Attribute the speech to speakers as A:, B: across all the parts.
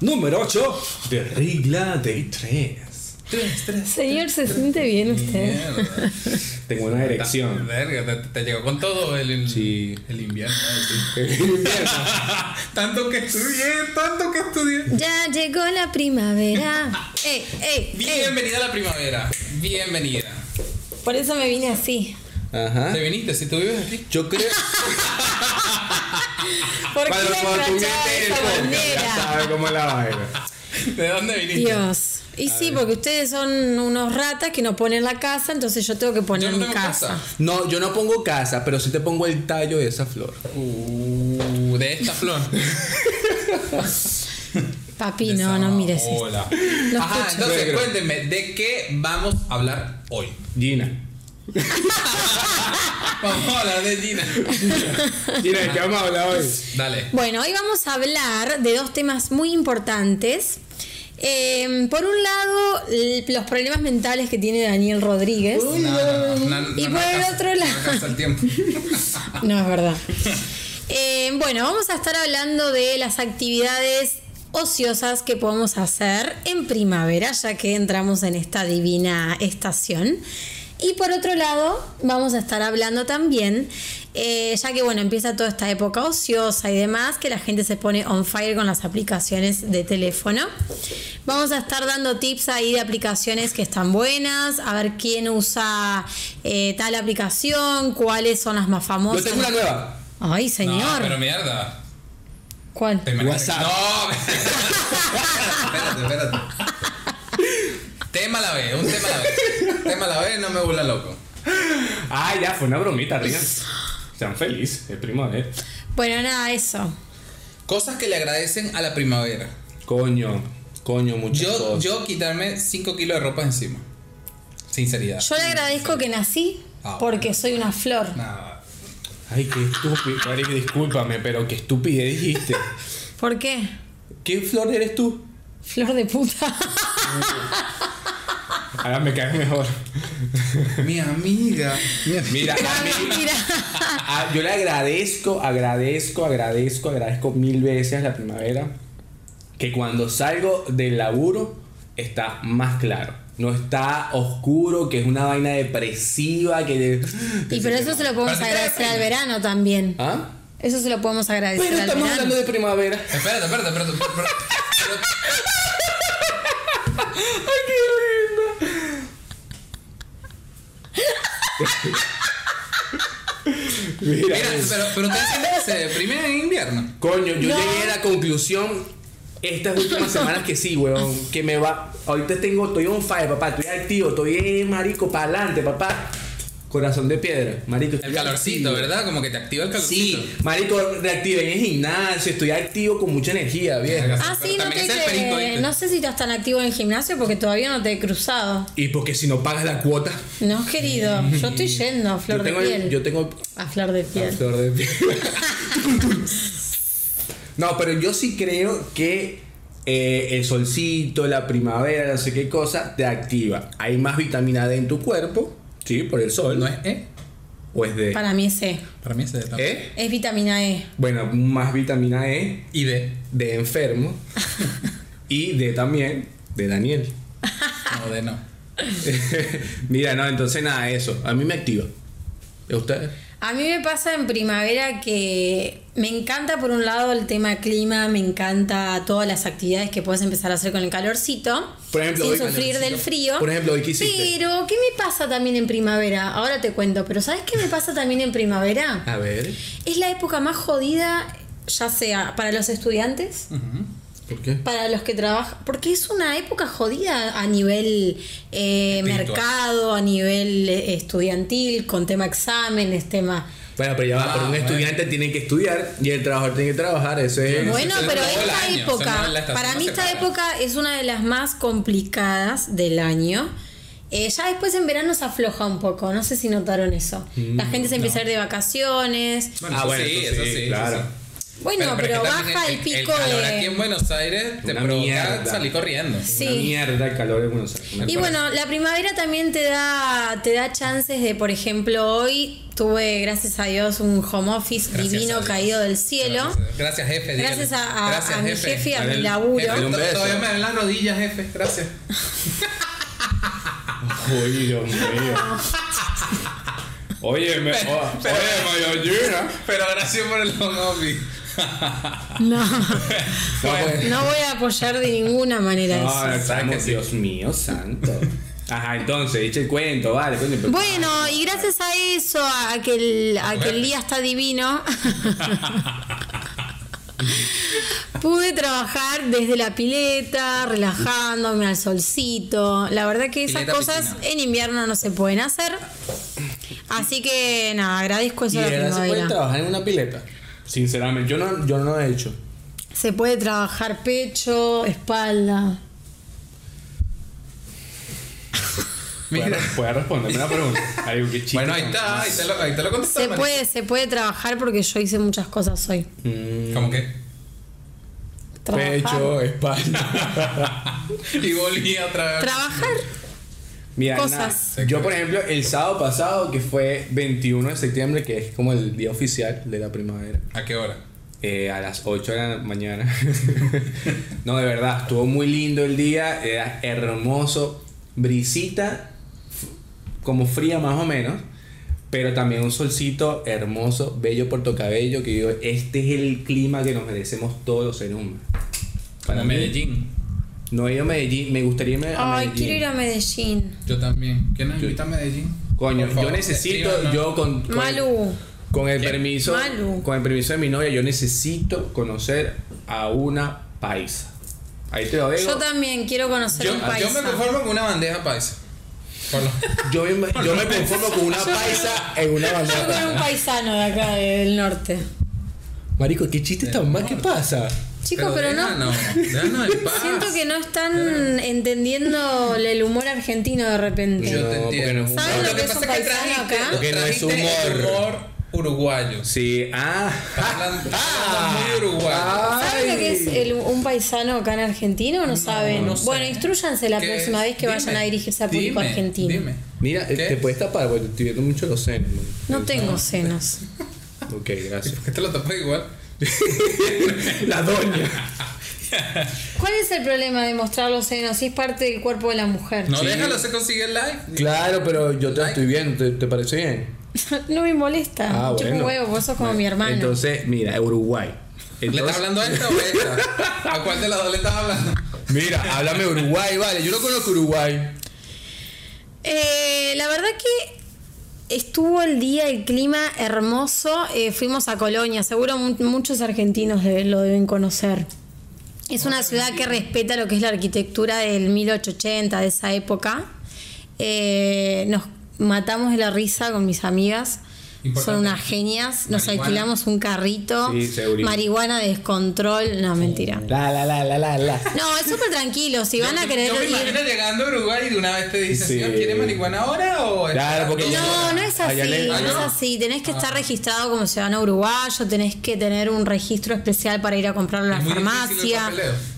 A: número 8 de regla de 3. 3, 3.
B: Señor, se siente bien usted.
C: Mierda.
A: Tengo una
C: Ta-
A: erección.
C: Verga, te, te llegó con todo el, el,
A: Sí.
C: el invierno. ay,
A: Invierno.
C: sí. tanto que estudié, tanto que estudié.
B: Ya llegó la primavera. Eh, ¡Ey, ey, ey!
C: Bienvenida a la primavera. Bienvenida.
B: Por eso me vine así.
A: Ajá.
C: Te viniste, si tú vives aquí.
A: Yo creo.
B: ¿Por qué
A: Para
B: me
A: cuando tú
B: enganchaba de
A: viste
B: esa
A: el podcast, ya
B: manera?
A: sabes cómo es la vaina.
C: ¿De dónde viniste?
B: Dios. Y sí, porque ustedes son unos ratas que no ponen la casa, entonces yo tengo que
C: Yo
B: poner
C: no
B: mi
C: tengo
B: casa.
C: casa.
D: No, yo no pongo casa, pero sí te pongo el tallo de esa flor.
C: Uh, de esta flor.
B: Papi, no, no mires esto.
C: Hola.
B: No
C: Ajá,
B: escucho.
C: entonces cuéntenme, ¿de qué vamos a hablar hoy?
A: Gina.
C: Vamos a hablar de Gina.
A: Gina, ¿de qué vamos a hablar hoy?
C: Dale.
B: Bueno, hoy vamos a hablar de dos temas muy importantes. Eh, por un lado, l- los problemas mentales que tiene Daniel Rodríguez.
C: No, no, no, no,
B: Y
C: no
B: por el
C: alcanza-
B: otro lado.
C: No alcanza el tiempo.
B: No, es verdad. Eh, bueno, vamos a estar hablando de las actividades ociosas que podemos hacer en primavera, ya que entramos en esta divina estación. Y por otro lado, vamos a estar hablando también, eh, ya que bueno, empieza toda esta época ociosa y demás, que la gente se pone on fire con las aplicaciones de teléfono. Vamos a estar dando tips ahí de aplicaciones que están buenas, a ver quién usa eh, tal aplicación, cuáles son las más
D: Yo
B: famosas.
D: tengo una nueva.
B: Ay,
C: No,
B: señor.
C: pero mierda.
B: ¿Cuál?
C: Te imaginas-
D: WhatsApp.
C: No. espérate, espérate. Tema a la vez, un tema a la vez. Tema a la vez, no me burla loco.
A: Ah, ya, fue una bromita, rían. Sean felices, el primo de él.
B: Bueno, nada, eso.
C: Cosas que le agradecen a la primavera.
A: Coño, coño,
C: Yo,
A: muchachos.
C: yo quitarme 5 kilos de ropa encima. Sinceridad.
B: Yo le agradezco que nací
C: Ah,
B: porque soy una flor.
C: Nada.
A: Ay, qué estúpido. Eric, discúlpame, pero qué estupidez dijiste.
B: ¿Por qué?
A: ¿Qué flor eres tú?
B: Flor de puta.
A: Ahora me caes mejor.
C: Mi amiga.
D: Mira, a mí-
B: Mentira.
D: a- yo le agradezco, agradezco, agradezco, agradezco mil veces la primavera que cuando salgo del laburo está más claro. No está oscuro, que es una vaina depresiva, que...
B: Y pero eso se lo podemos
C: Pero si te
B: agradecer al
C: deprime.
B: verano también.
D: ¿Ah?
B: Eso se lo podemos agradecer
D: Pero
B: al
D: estamos
B: verano.
D: hablando de primavera.
C: Espérate, espérate, espérate. espérate, espérate.
A: Mira,
C: Mira, pero, pero ustedes sienten que se deprimen en invierno.
D: Coño, yo
B: No.
D: llegué a la conclusión estas últimas semanas que sí, weón. Que me va. Ahorita tengo, estoy on fire, papá. Estoy activo, estoy eh, marico, para adelante, papá. Corazón de piedra, marico.
C: El
D: estoy
C: calorcito,
D: activo.
C: ¿verdad? Como que te activa el calorcito.
D: Sí, marico, reactiven el gimnasio, estoy activo con mucha energía, bien.
B: Ah,
C: Pero
B: sí, no,
C: también
B: te-
C: es el perico,
B: te-
C: ¿viste?
B: no sé si estás tan activo en el gimnasio porque todavía no te he cruzado.
D: Y porque si no pagas la cuota,
B: No, querido, yo estoy yendo a flor
D: yo tengo,
B: de piel.
D: yo tengo
B: A flor de piel.
D: Flor de piel. no, pero yo sí creo que eh, el solcito, la primavera, no sé qué cosa, te activa. Hay más vitamina D en tu cuerpo, sí, por el sol.
C: ¿No es E?
D: ¿O es D?
B: Para mí es E.
C: Para mí es D también.
D: ¿Eh?
B: Es vitamina E.
D: Bueno, más vitamina E,
C: Y D.
D: de enfermo. y D también, de Daniel.
C: No, D no.
D: Mira, no, entonces nada, eso. A mí me activa. ¿Y ¿A ustedes?
B: A mí me pasa en primavera que me encanta por un lado el tema clima, me encanta todas las actividades que puedes empezar a hacer con el calorcito,
D: Por ejemplo,
B: sin
D: hoy-
B: sufrir del frío.
D: Por ejemplo, hoy que hiciste.
B: Pero, ¿qué me pasa también en primavera? Ahora te cuento, pero ¿sabes qué me pasa también en primavera?
D: A ver,
B: Es la época más jodida, ya sea para los estudiantes,
D: ¿por qué?
B: para los que trabajan, porque es una época jodida a nivel eh, mercado, a nivel eh, estudiantil, con tema exámenes, tema...
D: Bueno, pero ya va,
C: Ah,
D: pero un
C: bueno.
D: estudiante tiene que estudiar y el trabajador tiene que trabajar, eso es...
C: Bueno,
B: Bueno,
C: se
B: pero
C: renovó el
B: esta
C: año, se
B: época,
C: renovó la estación,
B: para
C: no
B: mí
C: se
B: esta
C: para.
B: época es una de las más complicadas del año. Eh, ya después en verano se afloja un poco, no sé si notaron eso.
C: Mm,
B: La gente se empieza a ir de vacaciones.
C: Bueno, eso sí, eso sí, eso
D: Ah, claro.
C: sí.
B: Bueno, pero,
C: es que también
B: baja el, pico
C: el calor
B: de...
C: aquí en Buenos Aires te
D: Una
C: provoca
D: mierda.
C: salir corriendo.
B: Sí.
D: Una mierda el calor de Buenos Aires.
B: Y bueno, la primavera también te da, te da chances de, por ejemplo, hoy Tuve, gracias a Dios, un home office
C: Gracias a
B: divino
C: Dios.
B: caído del cielo.
C: Gracias, jefe. dígale.
B: Gracias a, a- a mi jefe y a mi
D: Dale el-
B: laburo.
C: Jefe,
D: Dale un
C: to-
D: beso.
C: Todavía me ven las rodillas, jefe. Gracias.
A: Uy, Dios mío. Oye, me, o-
D: oh,
C: pero-
A: oye, Mayallina.
C: Pero gracias por el long office.
B: No,
A: No, pues-
B: no voy a apoyar de ninguna manera
A: No,
D: Ah,
A: no,
B: eso.
C: Saque,
A: estamos-
C: sí.
A: Dios mío, santo. Ajá, entonces, eche el cuento, vale. coño, pero-
B: Bueno, y gracias a eso, a a que el, a que el día está divino, pude trabajar desde la pileta, relajándome al solcito. La verdad que esas
C: Pileta,
B: cosas
C: piscina.
B: en invierno no se pueden hacer. Así que nada, agradezco
D: ¿Y
B: eso
D: de
B: a la
D: verdad se puede
B: primavera.
D: trabajar en una pileta? Sinceramente, yo no, yo no lo he hecho.
B: Se puede trabajar pecho, espalda.
A: Puedes
C: Mira.
A: puedes responderme la pregunta. Ay, qué chido.
C: Bueno, ahí está. Ahí te lo, ahí te lo contesté,
B: Se
C: Mari.
B: puede, se puede trabajar porque yo hice muchas cosas hoy.
C: ¿Cómo que?
B: Trabajar.
D: Pecho, espalda.
C: Y volví otra vez.
B: Trabajar.
D: Mira,
B: Cosas.
D: nada, yo por ejemplo, el sábado pasado, que fue 21 de septiembre, que es como el día oficial de la primavera,
C: ¿A qué hora?
D: eh, a las 8 de la mañana. no, de verdad, estuvo muy lindo el día, era hermoso, brisita, f- como fría más o menos, pero también un solcito hermoso, bello portocabello, que yo, este es el clima que nos merecemos todos los seres humanos. Para
C: Como
D: mí,
C: Medellín.
D: No he ido a Medellín, me gustaría irme a
B: Ay,
D: Medellín.
B: quiero ir a Medellín.
C: Yo también. ¿Quién nos
D: Yo-
C: invita a Medellín?
D: Coño,
C: Por favor,
D: yo necesito,
C: escríbanos.
D: yo con, con-
B: Malu.
D: Con el
C: ¿Quién?
D: permiso,
B: Malu.
D: con el permiso de mi novia, yo necesito conocer a una paisa. Ahí te lo digo.
B: Yo también quiero conocer
C: Yo, ah,
B: un
C: yo
B: país.
C: me conformo con una bandeja paisa. Por lo-
D: Yo, me, yo me conformo con una paisa en una
B: Yo con un
D: bandera.
B: paisano de acá del norte.
D: Marico, qué chiste tan mal que pasa.
B: Chicos, pero, no.
C: déjanos en paz.
B: Siento que no están entendiendo el humor argentino de repente.
C: Yo
D: No,
C: te
D: porque
C: entiendo.
D: no es un
B: ¿Sabes lo que es un
C: pasa
B: paisano
C: trajiste-
B: acá?
D: Porque no es
C: trajiste el
D: humor.
C: humor uruguayo.
D: Sí, ah.
C: Hablan- hablan muy uruguayo.
B: ¿Saben lo que es el- un paisano acá en Argentina o no saben?
C: no sé.
B: Bueno, instruyanse la
C: ¿Qué
B: próxima
C: es?
B: vez que vayan
C: Dime,
B: a dirigirse a público
C: dime,
B: argentino.
C: Dime.
D: Mira, eh,
C: ¿Qué?
D: te puedes tapar porque te estoy viendo mucho los senos. man.
B: No tengo senos.
D: Ok, gracias.
C: ¿Por qué te lo tapas igual?
D: La doña.
B: ¿Cuál es el problema de mostrar los senos si es parte del cuerpo de la mujer?
C: No,
D: Sí.
C: déjalo, se consigue el live.
D: Claro, pero yo te la estoy viendo. ¿Te, te parece bien?
B: No me molesta.
D: Ah,
B: Chupa un
D: bueno.
B: huevo, vos sos como mi hermano.
D: Entonces, mira, Uruguay.
C: ¿Le estás
D: Entonces-
C: hablando a esta o a esta? ¿A cuál de las dos le estás hablando?
D: Mira, háblame Uruguay, vale. Yo no conozco Uruguay.
B: Eh, la verdad que estuvo el día, el clima hermoso. eh, fuimos a Colonia. Seguro mu- muchos argentinos de- lo deben conocer. Es una ciudad que respeta lo que es la arquitectura del 1880, de esa época. Eh, nos matamos de la risa con mis amigas. Son
C: Importante.
B: unas genias. Nos
C: Marihuana.
B: alquilamos un carrito.
D: Sí, segurísimo.
B: marihuana, descontrol. No, mentira.
D: La, la, la, la, la, la.
B: No, es súper tranquilo. Si van a querer
C: Yo me
B: ir-
C: imagino llegando a Uruguay y de una vez te dicen,
D: Sí.
C: señor, ¿quiere marihuana ahora o...?
D: Claro, porque ya-
B: No, no es así,
D: Allá le-
B: no
D: Ah,
B: es
C: no. Ah.
B: así. Tenés que estar registrado como ciudadano uruguayo, tenés que tener un registro especial para ir a comprarlo en
C: Es
B: la
C: muy difícil el
B: farmacia.
C: papeleo.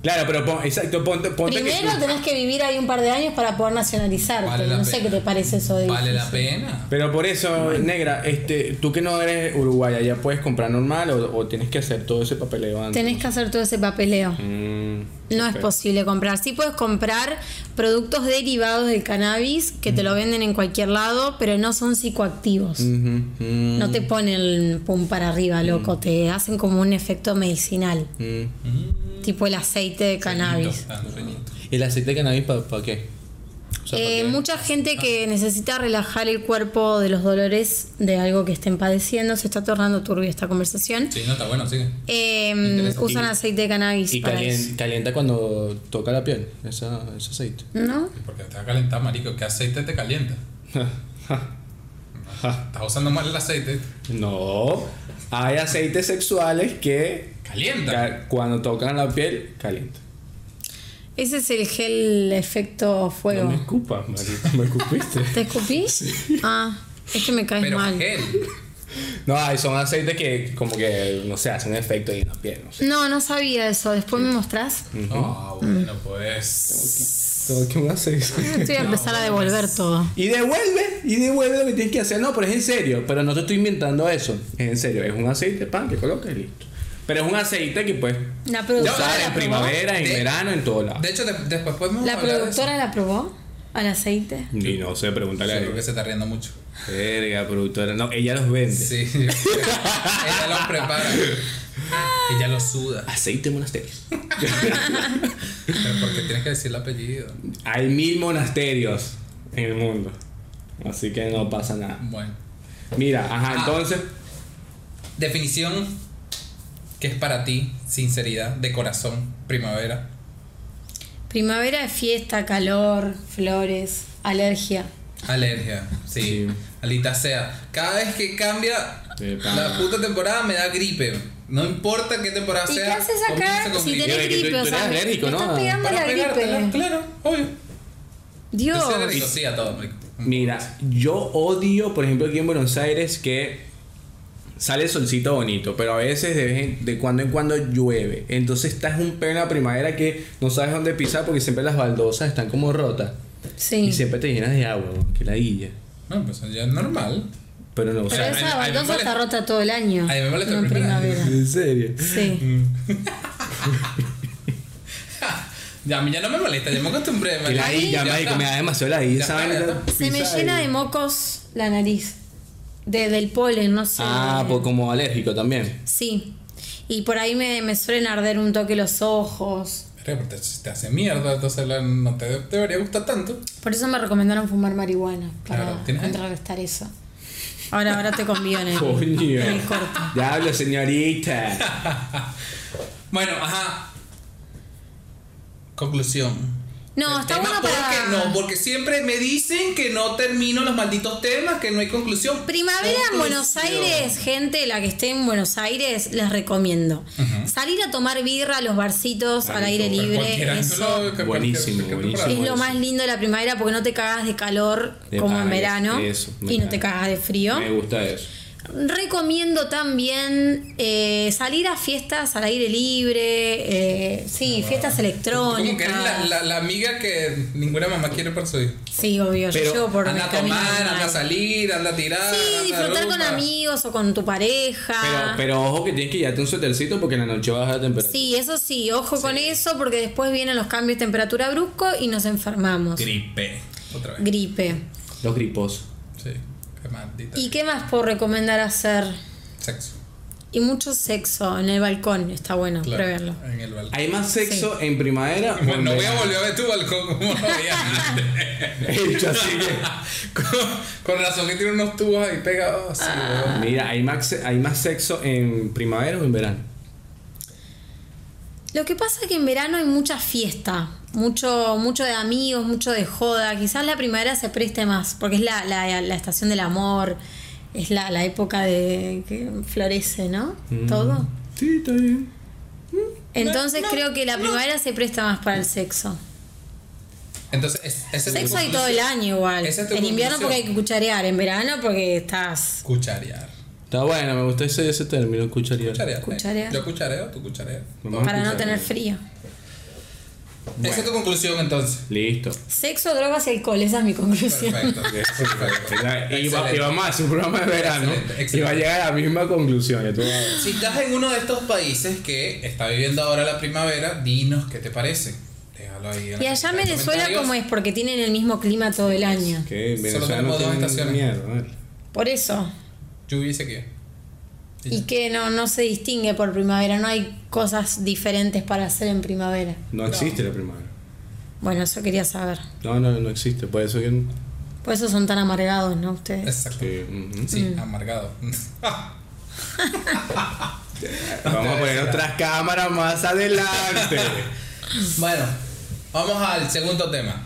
D: Claro, pero pon- exacto, ponte, ponte
B: Primero
D: que,
B: tenés que vivir ahí un par de años para poder nacionalizarte.
C: Vale la
B: no sé
C: pena.
B: qué te parece eso de
C: Vale
B: difícil.
C: la pena.
D: Pero por eso, negra, este, tú que no eres uruguaya, ¿ya puedes comprar normal o, o tienes que hacer todo ese papeleo antes?
B: Tenés que hacer todo ese papeleo.
D: Mm,
B: No es
D: ok.
B: posible comprar. Sí puedes comprar productos derivados del cannabis que
C: Mm.
B: te lo venden en cualquier lado, pero no son psicoactivos.
D: Ujú, mm,
B: No te ponen el pum para arriba, loco.
C: Mm.
B: Te hacen como un efecto medicinal.
D: mm.
B: Tipo el aceite de cannabis.
C: Ah, un sueñito.
D: ¿Y el aceite de cannabis para qué? O sea, ¿pa'
B: Eh,
D: qué?
B: mucha gente que necesita relajar el cuerpo de los dolores de algo que estén padeciendo, se está tornando turbia esta conversación,
C: Sí, no, está bueno, sigue.
B: Eh,
C: Interesante.
B: usan
D: Y-
B: aceite de cannabis
D: Y
B: para
D: calien-
B: eso.
D: calienta cuando toca la piel, esa, ese aceite.
B: ¿No?
C: Porque te va a calentar, marico. ¿Qué aceite te calienta? Estás usando mal el aceite.
D: no, hay aceites sexuales que
C: Calienta.
D: ca- cuando tocan la piel, calienta.
B: Ese es el gel efecto
D: No
B: fuego.
D: me escupas, marico, me escupiste.
B: ¿Te escupí? Ah, es que me caes
C: Pero
B: mal.
C: gel.
D: No, hay son aceites que como que, no sé, hacen efecto ahí en las piernas.
B: No, no sabía eso. Después me mostrás.
C: Ah, bueno, pues.
D: No, ¿Qué me haces?
B: Estoy a empezar a devolver todo.
D: Y devuelve, y devuelve lo que tienes que hacer. No, pero es en serio, pero no te estoy inventando eso. Es en serio, es un aceite, pan, que colocas y listo. Pero es un aceite que puedes
B: La
C: Ya,
B: productora
D: usar
B: la
D: en
B: probó.
D: primavera, en
C: De-
D: verano, en todo lado.
C: De hecho, de- después podemos.
B: La
C: hablar de eso.
B: productora la probó al aceite.
A: Y no sé, pregúntale a
C: Yo creo que
A: ella.
C: se está riendo mucho.
D: Verga, productora. No, ella los vende.
C: Sí. yo creo. Ella los prepara. Ella los suda.
D: Aceite monasterios.
C: Pero porque tienes que decir el apellido.
D: Hay mil monasterios en el mundo. Así que no pasa nada.
C: Bueno.
D: Mira,
C: Ah.
D: ajá, entonces.
C: Definición que es para ti, sinceridad, de corazón, primavera.
B: Primavera es fiesta, calor, flores, alergia.
C: Alergia, sí.
D: Sí.
C: Alita sea. Cada vez que cambia
D: Epa.
C: la puta temporada me da gripe. No importa qué temporada
B: ¿Y
C: sea.
B: qué haces acá
C: comienza con
B: si
C: gripe.
B: tenés
D: Mira, que tú-
B: gripe?
D: tú
B: o sea,
D: eres
B: me-
D: alérgico,
B: me estás
D: ¿no?
B: pegando
C: Para
B: la
C: pegártela,
B: gripe.
C: claro, obvio. Yo soy
B: Dios.
C: alérgico, sí, a todo. marico.
D: Mira, yo odio, por ejemplo, aquí en Buenos Aires que sale el solcito bonito, pero a veces de, vez en- de cuando en cuando llueve. Entonces estás un pelo en la primavera que no sabes dónde pisar porque siempre las baldosas están como rotas
B: Sí.
D: y siempre te llenas de agua, weón, que la guilla.
C: No, pues ya es normal.
D: Pero no, o
B: Pero
D: sea,
C: a mí- a
B: esa
C: mí me
B: baldosa
C: molesta-
B: está rota todo el año.
C: a mí me molesta
B: no en
C: primera.
B: primavera.
D: en serio.
B: Sí.
C: Ya, a mí ya no me molesta, ya me acostumbré.
D: Que
C: marico.
D: la guilla,
C: Ya
D: marico,
C: está.
D: me da demasiado la guilla,
C: Ya
D: ¿saben?
C: está, ya está.
B: Se me
D: Pisa
B: llena
D: y-
B: de mocos la nariz. Desde el polen, no sé.
D: Ah, pues como alérgico también.
B: Sí. Y por ahí me, me suelen arder un toque los ojos.
C: Pero te, te hace mierda, entonces la- no te debería gustar tanto.
B: Por eso me recomendaron fumar marihuana. Para
C: Claro, ¿tienes ahí?
B: contrarrestar eso. Ahora, ahora te conviene.
D: Coño.
B: Me corto.
D: Diablo, señorita.
C: Bueno, ajá. Conclusión.
B: No,
C: El
B: está
C: tema,
B: bueno para.
C: Porque, no, porque siempre me dicen que no termino los malditos temas, que no hay conclusión.
B: Primavera en
C: Conclusión.
B: Buenos Aires, gente, la que esté en Buenos Aires, les recomiendo. Salir a tomar birra a los barcitos al aire
C: Pero cualquier
B: libre.
C: ángulo,
B: Eso
C: cualquier-
D: Buenísimo,
C: cualquier
D: buenísimo.
B: es
C: temporada.
B: lo más lindo de la primavera porque no te cagas de calor
D: De
B: como en
D: pana,
B: verano
D: eso, me
B: y no te
D: encanta.
B: cagas de frío.
D: Me gusta eso.
B: Recomiendo también eh, salir a fiestas al aire libre, eh, sí,
C: Como
B: fiestas
C: que
B: electrónicas.
C: eres la, la- la amiga que ninguna mamá quiere para su hijo.
B: Sí, obvio, yo
D: Pero
B: llevo por mis
C: Anda a
B: caminos
C: tomar, anda a
B: normales.
C: salir, anda a tirar.
B: Sí,
C: anda a
B: disfrutar con
C: rumba.
B: amigos o con tu pareja.
D: Pero, pero ojo que tienes que llevarte un suétercito porque en la noche baja la temperatura.
B: Ah. Sí, eso sí, ojo con eso porque después vienen los cambios de temperatura brusco y nos enfermamos.
C: Gripe. Otra vez.
B: Gripe.
D: Los gripos.
C: Sí. Qué maldita.
B: ¿Y qué más puedo recomendar hacer?
C: Sexo.
B: Y mucho sexo en el balcón, está bueno,
C: Claro,
B: preverlo.
C: En el balcón.
D: ¿Hay más sexo en primavera? o
C: Bueno,
D: en
C: no voy a
D: verano?
C: volver a ver tu balcón como lo veía antes.
D: Hecho así que-
C: con, con razón que tiene unos tubos ahí pegados. así,
B: Ah.
C: weón.
D: Mira, ¿hay más, se- ¿hay más sexo en primavera o en verano?
B: Lo que pasa es que en verano hay mucha fiesta, mucho, mucho de amigos, mucho de joda. Quizás la primavera se preste más, porque es la, la- la estación del amor, es la, la época de que florece, ¿no? Todo.
D: Sí, está bien.
B: Entonces creo que la primavera se presta más para el sexo.
C: Entonces, es- ese
B: Sexo hay todo el año igual.
C: Esa es tu
B: En invierno
C: conclusión.
B: porque hay que cucharear, en verano porque estás...
C: Cucharear.
D: Está bueno, me gusta ese, ese término, cucharía.
C: Cucharear. eh.
B: Cucharear.
C: Yo cuchareo, tú cuchareas.
D: Vamos a
B: para no
D: cucharear.
B: tener frío.
C: Esa es tu conclusión entonces.
D: Listo.
B: Sexo, drogas y alcohol, esa es mi conclusión.
C: Perfecto. perfecto.
D: Y, va- y
C: Excelente.
D: vamos a hacer un programa de verano
C: Excelente,
D: y va a
C: excelente.
D: llegar a la misma conclusión. ya tú vas a ver.
C: Si estás en uno de estos países que está viviendo ahora la primavera, dinos qué te parece. Déjalo ahí. en
B: Y
C: la
B: allá
C: cajita
B: en
C: de
B: Venezuela
C: comentarios.
B: como es, porque tienen el mismo clima todo el año.
D: Que en Venezuela
C: Solo tenemos
D: no
C: dos
D: tienen
C: estaciones.
D: miedo, ¿vale?
B: Por eso.
C: Lluvia y sequía.
B: Y que no, no se distingue por primavera, no hay cosas diferentes para hacer en primavera.
D: No existe la primavera.
B: Bueno, eso quería saber.
D: No, no, no existe. Por eso que.
B: Por eso son tan amargados, ¿no? Ustedes.
C: Exacto.
D: que, ujú.
C: Sí,
B: Mm.
C: amargado.
D: Vamos a poner otras cámaras más adelante.
C: Bueno, vamos al segundo tema.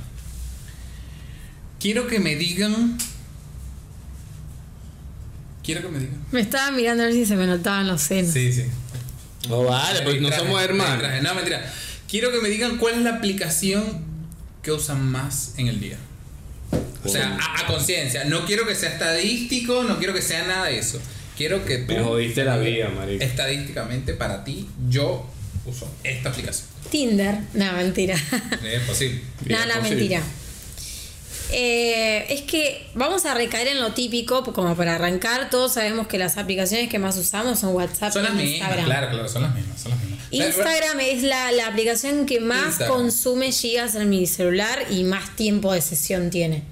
C: Quiero que me digan. Quiero que me digan.
B: Me estaba mirando a ver si se me notaban los senos.
C: Sí, sí. Oh,
D: No vale, pues no
C: Traje,
D: somos hermanos.
C: traje. No, mentira. Quiero que me digan cuál es la aplicación que usan más en el día. O sea, a, a conciencia. No quiero que sea estadístico, no quiero que sea nada de eso. Quiero que tú.
D: Me jodiste la vida, marico.
C: Estadísticamente para ti, yo uso esta aplicación.
B: Tinder. No, mentira.
C: Es posible.
B: no,
A: Bien,
B: no,
A: posible.
B: mentira. Eh, es que vamos a recaer en lo típico, pues, como para arrancar, todos sabemos que las aplicaciones que más usamos son WhatsApp
C: Son las
B: Ah, y
C: mismas,
B: Instagram.
C: claro, claro, son las mismas, son las mismas.
B: Instagram es la, la aplicación que más
C: Instagram.
B: consume gigas en mi celular y más tiempo de sesión tiene.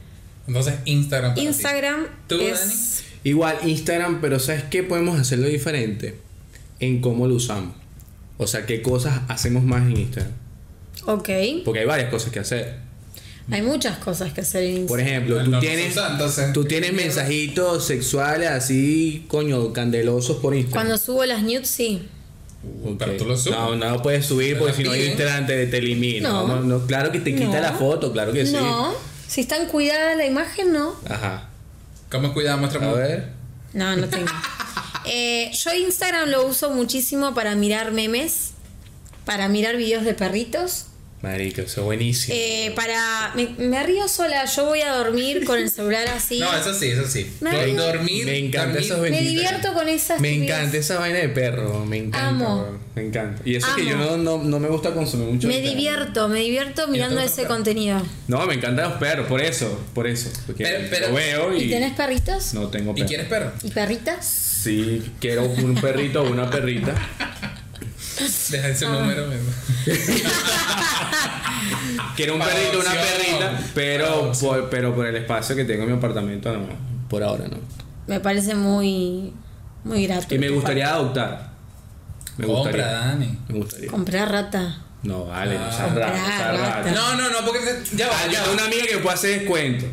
C: Entonces, Instagram. para ti.
B: Instagram
C: Ah, ¿Tú,
B: es...
C: Dani?
D: Igual Instagram, pero ¿sabes qué? Podemos hacerlo diferente en cómo lo usamos. O sea, qué cosas hacemos más en Instagram.
B: Ok.
D: Porque hay varias cosas que hacer.
B: Hay muchas cosas que hacer en Instagram.
D: Por ejemplo, tú
C: No, no
D: tienes,
C: se usa, entonces.
D: tú tienes mensajitos sexuales así, coño, candelosos por Instagram.
B: Cuando subo las nudes, sí.
C: Uh,
D: Ok.
C: Pero tú lo subes.
D: No, no lo puedes subir
C: Pero
D: porque
C: la
D: si no
C: piden.
D: Instagram te, te elimina.
B: No.
D: No, no, claro que te quita
B: No.
D: la foto, claro que sí.
B: No. Si están cuidada la imagen, no.
D: Ajá.
C: ¿Cómo cuidado? Muestra
D: A ver.
B: No, no tengo. Eh, yo Instagram lo uso muchísimo para mirar memes, para mirar videos de perritos,
D: Marico, eso es buenísimo.
B: eh, para... Me, me río sola, yo voy a dormir con el celular así.
C: No, eso sí, eso sí.
B: Me
C: Dor-
B: digo-
C: dormir.
D: me encanta
C: dormir.
D: esos
B: me
D: benditas.
B: divierto con esas...
D: Me
B: estupideces.
D: encanta esa vaina de perro, me encanta.
B: Amo.
D: weón, Me encanta. Y eso que
B: Amo.
D: yo no, no, no me gusta consumir mucho.
B: Me
D: Instagram.
B: divierto, me divierto mirando
C: tengo
B: ese
C: perro.
B: contenido.
D: No, me encantan los perros, por eso, por eso. Porque
C: Pero- pero-
D: lo veo y.
B: ¿Y tenés perritos?
D: No tengo
C: ¿Y
D: perro.
C: quieres perro?
B: ¿Y perritas?
D: Sí, quiero un perrito o una perrita.
C: Deja ese número. mismo.
D: Quiero un
C: Para
D: perrito o una
C: adopción.
D: perrita, pero por, pero por el espacio que tengo en mi apartamento, no. Por ahora no.
B: Me parece muy... Muy grato.
D: Y me gustaría adoptar. Me
C: Compra,
D: gustaría.
C: Dani.
D: Me gustaría.
B: Comprar rata.
D: No, vale,
C: Ah.
D: no seas
B: Comprar,
D: raro, no seas raro.
B: basta.
C: No, no, no, porque te- ya va,
D: Ah,
C: ya
D: yo
C: va.
D: tengo una amiga que puede hacer descuento.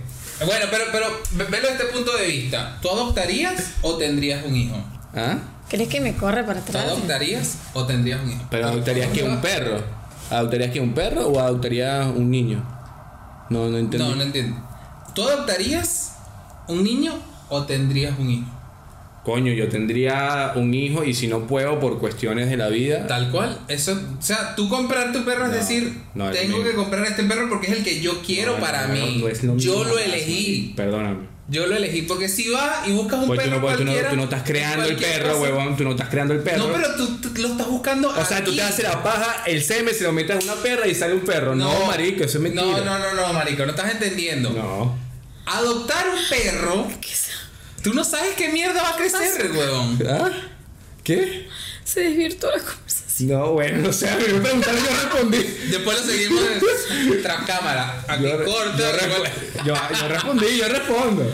C: Bueno, pero, pero ve- velo desde este punto de vista. ¿Tú adoptarías o tendrías un hijo?
D: ¿Ah?
B: ¿Crees que me corre para
C: ¿Tú
B: atrás?
C: adoptarías o tendrías un hijo?
D: Pero adoptarías que un perro. ¿Adoptarías que un perro o adoptarías un niño? No, no entendí.
C: No, no entiendo. ¿Tú adoptarías un niño o tendrías un hijo?
D: Coño, yo tendría un hijo y si no puedo por cuestiones de la vida.
C: Tal cual. Eso, o sea, tú comprar tu perro
D: No,
C: es decir,
D: no es lo
C: tengo
D: mismo.
C: que comprar este perro porque es el que yo quiero
D: No,
C: para
D: no,
C: mí.
D: no es lo mismo.
C: yo lo elegí.
D: Perdóname.
C: Yo lo elegí porque si vas y buscas un
D: Pues tú
C: perro
D: no, pues tú no-
C: cualquiera,
D: tú no estás creando el
C: cualquier
D: perro,
C: cosa-
D: huevón. Tú no estás creando el perro.
C: No, pero tú, tú lo estás buscando.
D: o sea, tú
C: aquí.
D: te haces la paja, el semen se lo metes a una perra y sale un perro. No, marico, eso es mentira.
C: No, no, no, no, marico, no estás entendiendo.
D: No.
C: Adoptar un perro,
B: ¿Qué es-
C: tú no sabes qué mierda va a crecer, huevón.
D: ¿Ah? ¿Qué?
B: Se desvirtuó la conversación.
D: No, bueno, no sé, a mí me preguntaron, yo respondí.
C: Después lo seguimos tras cámara. Aquí
D: Yo,
C: corta.
D: yo
C: igual-
D: respo- yo- yo respondí, yo respondo.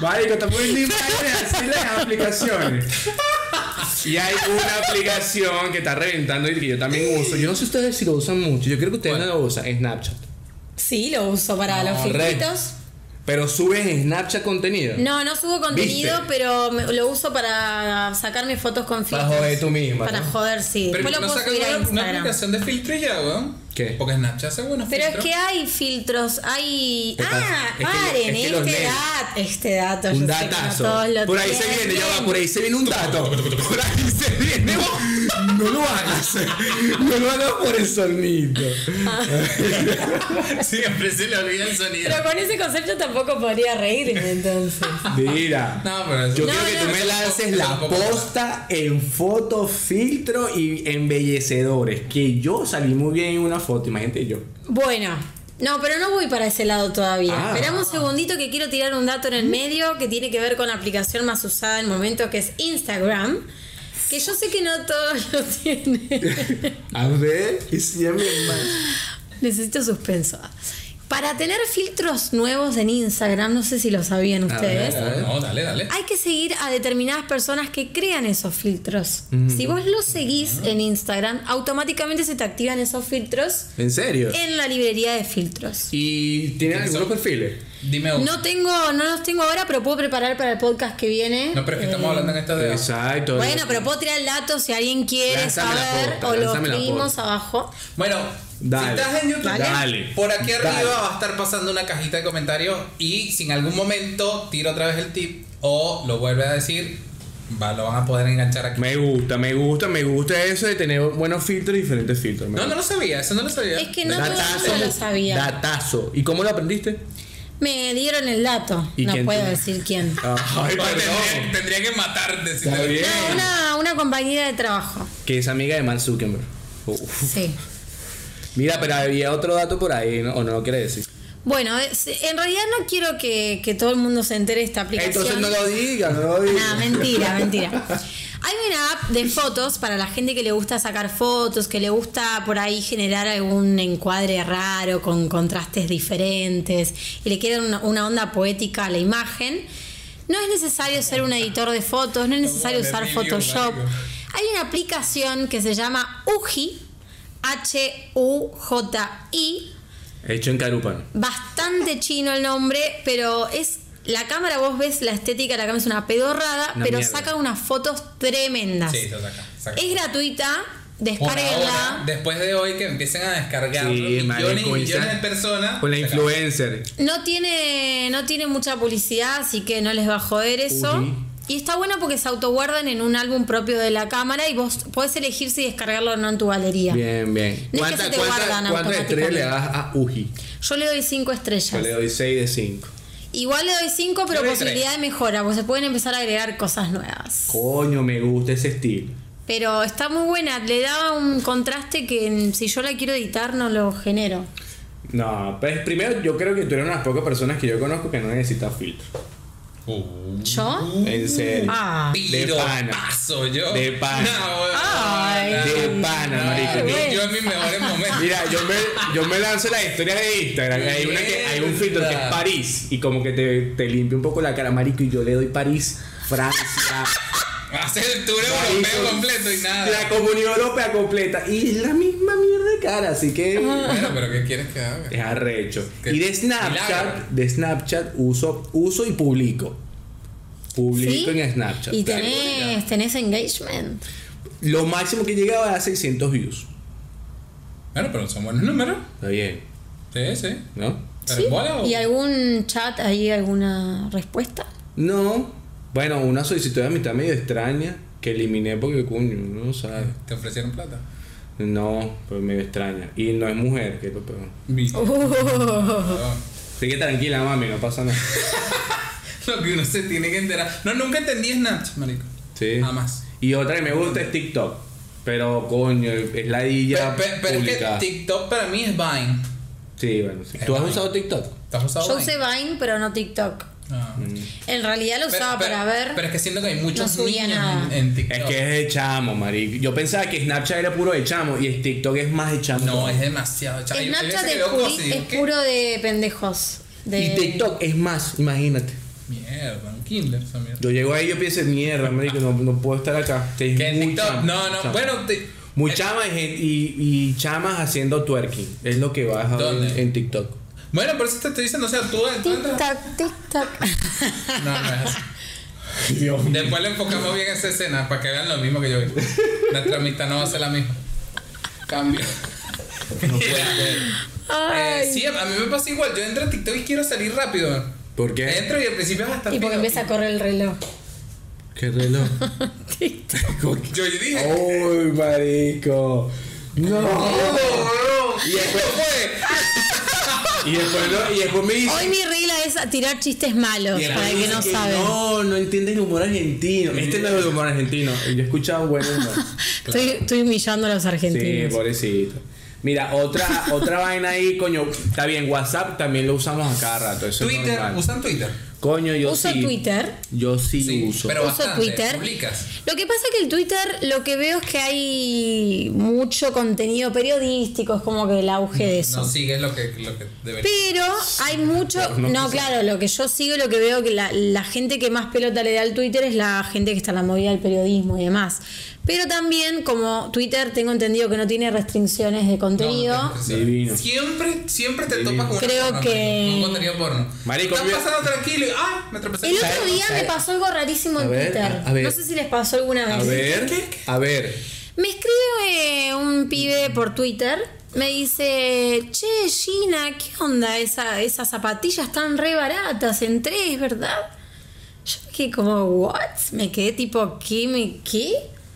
D: Marico, te ponen de así las aplicaciones. Y hay una aplicación que está reventando y que yo también uso. Yo no sé ustedes si lo usan mucho. Yo creo que ustedes no lo usan. Snapchat.
B: Sí, lo uso para los
D: re.
B: filtritos.
D: Pero subes en Snapchat contenido.
B: No, no subo contenido,
D: ¿Viste?
B: pero me- lo uso para sacarme fotos con
D: Para
B: filtros.
D: joder tú misma,
B: Para
D: ¿no?
B: joder, sí.
C: Pero
B: Después lo
C: no
B: puedo
C: sacan
B: subir a
C: una, una
B: Instagram.
C: aplicación de filtro ya, weón.
D: ¿Qué?
C: Porque Snapchat hace buenos
B: pero es
C: filtros.
B: que hay filtros, hay.
D: ¿Qué pasa?
B: Ah,
D: Es que lo-
B: paren,
D: es que los
B: este
D: leen.
B: dato. Este dato, yo
D: Un
B: sé que no
D: datazo.
B: todos lo
D: Por ahí se
B: tienen.
D: viene, ya va, por ahí se viene un dato. Por ahí se viene. No lo hagas. No lo hagas por el sonido.
C: Siempre se le olvida el sonido.
B: Pero con ese concepto tampoco podría reírme entonces.
D: Mira.
C: No, pero eso-
D: Yo
B: No,
D: quiero que
B: no,
D: tú
B: no,
D: me
B: no,
D: lances
C: no,
D: la
C: tampoco.
D: posta en foto, filtro y embellecedores. Que yo salí muy bien en una foto, imagínate yo.
B: Bueno, no, pero no voy para ese lado todavía.
D: Ah.
B: Esperamos un segundito que quiero tirar un dato en el medio que tiene que ver con la aplicación más usada en el momento, que es Instagram. Que yo sé que no todos lo tienen.
D: A ver, y si ya me
B: Necesito suspenso. Para tener filtros nuevos en Instagram, no sé si lo sabían ustedes.
D: ver, a ver.
C: No, dale, dale.
B: Hay que seguir a determinadas personas que crean esos filtros.
D: Mm.
B: Si vos los seguís en Instagram, automáticamente se te activan esos filtros
D: ¿En serio?
B: en la librería de filtros.
D: ¿Y tienen algunos perfiles?
C: Dime uno.
B: No tengo, no los tengo ahora, pero puedo preparar para el podcast que viene.
C: No, pero es que estamos
B: Eh,
C: hablando en esta de.
D: Exacto.
B: Bueno, pero puedo tirar el dato si alguien quiere
D: Lánzame la
B: saber
D: posta,
B: o lo
D: lánzame la
B: escribimos
D: posta.
B: abajo.
C: Bueno,
D: Dale.
C: si estás en YouTube,
D: Dale. Dale.
C: por aquí arriba
D: Dale.
C: va a estar pasando una cajita de comentarios y si en algún momento tiro otra vez el tip o lo vuelve a decir, va, lo van a poder enganchar aquí.
D: Me gusta, me gusta, me gusta eso de tener buenos filtros y diferentes filtros. me
C: No, no
D: gusta.
C: lo sabía, eso no lo sabía.
B: Es que no todo el mundo lo sabía.
D: Datazo. ¿Y cómo lo aprendiste?
B: Me dieron el dato.
D: ¿Y
B: No
D: quién
B: puedo
D: te-
B: decir quién.
D: Ah. Ay,
C: Oye, tendría,
D: perdón.
C: tendría que matarte si
D: Está
C: te-
D: bien.
B: No, una, una compañera de trabajo.
D: Que es amiga de Mark Zuckerberg. Uf.
B: Sí.
D: Mira, pero había otro dato por ahí, ¿no? ¿o no lo quiere decir?
B: Bueno, es- en realidad no quiero que, que todo el mundo se entere de esta aplicación.
D: Entonces no lo diga, no lo diga.
B: Ah, mentira, mentira. Hay una app de fotos para la gente que le gusta sacar fotos, que le gusta por ahí generar algún encuadre raro con contrastes diferentes y le quieren una, una onda poética a la imagen. No es necesario ser un editor de fotos, no es necesario
C: Como
B: usar
C: la review,
B: Photoshop.
C: marico.
B: Hay una aplicación que se llama Uji, H-U-J-I,
D: Hecho en Carúpano.
B: Bastante chino el nombre, pero es. La cámara, vos ves la estética, de la cámara es una pedorrada,
D: Una
B: pero
D: mierda.
B: saca unas fotos tremendas.
C: Sí, eso saca, saca.
B: es gratuita,
C: Por ahora,
B: descarguenla.
C: después de hoy que empiecen a descargar
D: Sí,
C: millones y
D: marico,
C: millones
D: esa-
C: de personas.
D: Con la
C: saca.
D: influencer.
B: No tiene, no tiene mucha publicidad, así que no les va a joder eso.
D: Ujú.
B: Y está bueno porque se autoguardan en un álbum propio de la cámara y vos podés elegir si descargarlo o no en tu galería.
D: Bien, bien.
B: No es que se te guardan
D: ¿Cuántas estrellas le das a Uji?
B: Yo le doy 5
D: Yo
B: estrellas.
D: le doy 6 de 5.
B: Igual le doy 5, pero
C: Yo le doy
B: posibilidad de
C: tres.
B: mejora, porque se pueden empezar a agregar cosas nuevas.
D: Coño, me gusta ese estilo.
B: Pero está muy buena, le da un contraste que mm, si yo la quiero editar no lo genero.
D: No, pues primero yo creo que tú eres una de las pocas personas que yo conozco que no necesita filtro.
C: Uh,
B: ¿Yo?
D: En serio.
B: Ah.
C: Tiro
D: pana.
C: paso yo.
D: De pana.
C: No, bueno,
B: Ay.
C: no,
D: De
C: no,
D: pana,
C: no,
D: marico.
C: yo- Yo en mis mejores momentos.
D: Mira, yo me, yo me lanzo las historias de Instagram. Hay, una que, hay un filtro que es París. Y como que te, te limpia un poco la cara, marico. Y yo le doy París, Francia.
C: Hacer el tour europeo
D: marico,
C: completo y nada.
D: La comunidad europea completa. Y es la misma mierda de cara. Así que
C: Bueno, pero ¿qué quieres que haga?
D: es arrecho.
C: Qué
D: Y de Snapchat,
C: milagro.
D: de Snapchat uso, uso y publico.
B: ¿Sí?
D: Publico en Snapchat.
B: Y tenés, tenés engagement.
D: Lo máximo que llegaba era 600 views.
C: Bueno, pero son buenos números.
D: Está bien,
C: Sí, sí.
D: ¿no?
C: Pero
B: ¿Sí?
C: en bola o-
B: ¿Y algún chat ahí, alguna respuesta?
D: No. Bueno, una solicitud de amistad medio extraña que eliminé porque coño, uno no sabe.
C: ¿Te ofrecieron plata?
D: No, pues medio extraña. Y no es mujer, que es lo peor.
C: Viste.
B: Uh.
D: Así que tranquila, mami, no pasa nada.
C: Lo que uno se tiene que enterar. No, nunca entendí Snapchat, marico.
D: Sí.
C: Jamás.
D: Y otra que me gusta es TikTok. Pero coño, es la
C: Pe-
D: dilla
C: pe- pero es que
D: publicada.
C: TikTok para mí es Vine.
D: Sí, bueno, sí.
C: Es
D: ¿Tú has
C: Vine.
D: usado TikTok?
C: ¿Estás usado
B: Yo
C: Vine?
B: usé Vine, pero no TikTok.
C: Ah.
D: Mm.
B: En realidad lo
C: Pero-
B: usaba
C: pero-
B: para ver.
C: Pero es que siento que hay muchos
B: No subía
C: niños
B: nada.
C: en, en TikTok.
D: Es que es de chamo, marico. Yo pensaba que Snapchat era puro de chamo y el TikTok es más de chamo.
C: No, es demasiado. chaval. Yo- yo
B: Snapchat
C: pensé que
B: es,
C: loco,
B: puri-
C: sí,
B: es
C: ¿qué?
B: puro de pendejos. De...
D: Y TikTok es más, imagínate.
C: Mierda, un Kindler esa mierda.
D: Yo llego ahí y yo pienso, mierda, marico, no, no puedo estar acá. Este es
C: Que en
D: muy
C: TikTok.
D: chamo,
C: no, no.
D: chamo.
C: Bueno, te-
D: Muy chama y, gen- y, y chamas haciendo twerking. Es lo que vas a ver
C: ¿Dónde?
D: en TikTok.
C: bueno, por eso te estoy diciendo, o sea, tú tú entras-
B: Tic-tac, tic-tac.
C: No, no es así. Después le enfocamos bien esa escena para que vean lo mismo que yo vi. Nuestra amistad no va a ser la misma. Cambio. Eh, sí, a mí me pasa igual. Yo entro a TikTok y quiero salir rápido.
D: ¿Por qué?
C: Entro y al principio es hasta
B: Y porque empieza a correr el reloj.
D: Qué reloj.
C: Yo dije,
D: Uy, marico.
C: "Oh,
D: No.
C: y después fue.
D: Y después, lo- y después me dice.
B: Hoy mi regla es tirar chistes malos
D: y después
B: para
D: me
B: el que
D: dice
B: no
D: que
B: sabe.
D: No, no entiendes el humor argentino. Este no es el humor argentino. Yo he escuchado buen humor.
B: Estoy, estoy humillando a los
D: Sí,
B: argentinos.
D: pobrecito. Mira, otra, otra vaina ahí, coño. Está bien, WhatsApp también lo usamos a cada rato. Eso es
C: Twitter,
D: normal.
C: usan Twitter.
D: Coño, yo
B: Uso
D: sí.
B: Twitter.
D: Yo sí,
C: Sí,
D: uso.
C: pero
B: Uso
C: bastante.
B: Twitter.
C: Publicas.
B: Lo que pasa es que el Twitter lo que veo es que hay mucho contenido periodístico, es como que el auge de eso.
C: No sigues lo que, lo que deberías.
B: Pero hay mucho. No, claro, lo que yo sigo, y lo que veo que la, la gente que más pelota le da al Twitter es la gente que está en la movida del periodismo y demás. Pero también, como Twitter, tengo entendido que no tiene restricciones de contenido.
C: No, no te
D: Divino.
C: interesa. siempre, siempre te topas con una
B: Creo
C: porno,
B: que-
C: marico, Un contenido porno.
D: Marico,
C: Estás
D: mira-
C: pasando tranquilo y. ¡Ah! Me tropecé.
B: el otro día me pasó algo rarísimo
D: A
B: en
D: ver,
B: Twitter.
D: a- a ver.
B: No sé si les pasó alguna vez.
D: A ver, a ver.
B: Me escribe eh, un pibe por Twitter. Me dice, che, Gina, ¿qué onda? Esa- esas zapatillas tan re baratas en tres, ¿verdad? Yo me quedé como, ¿what? Me quedé tipo, ¿qué? ¿Me qué?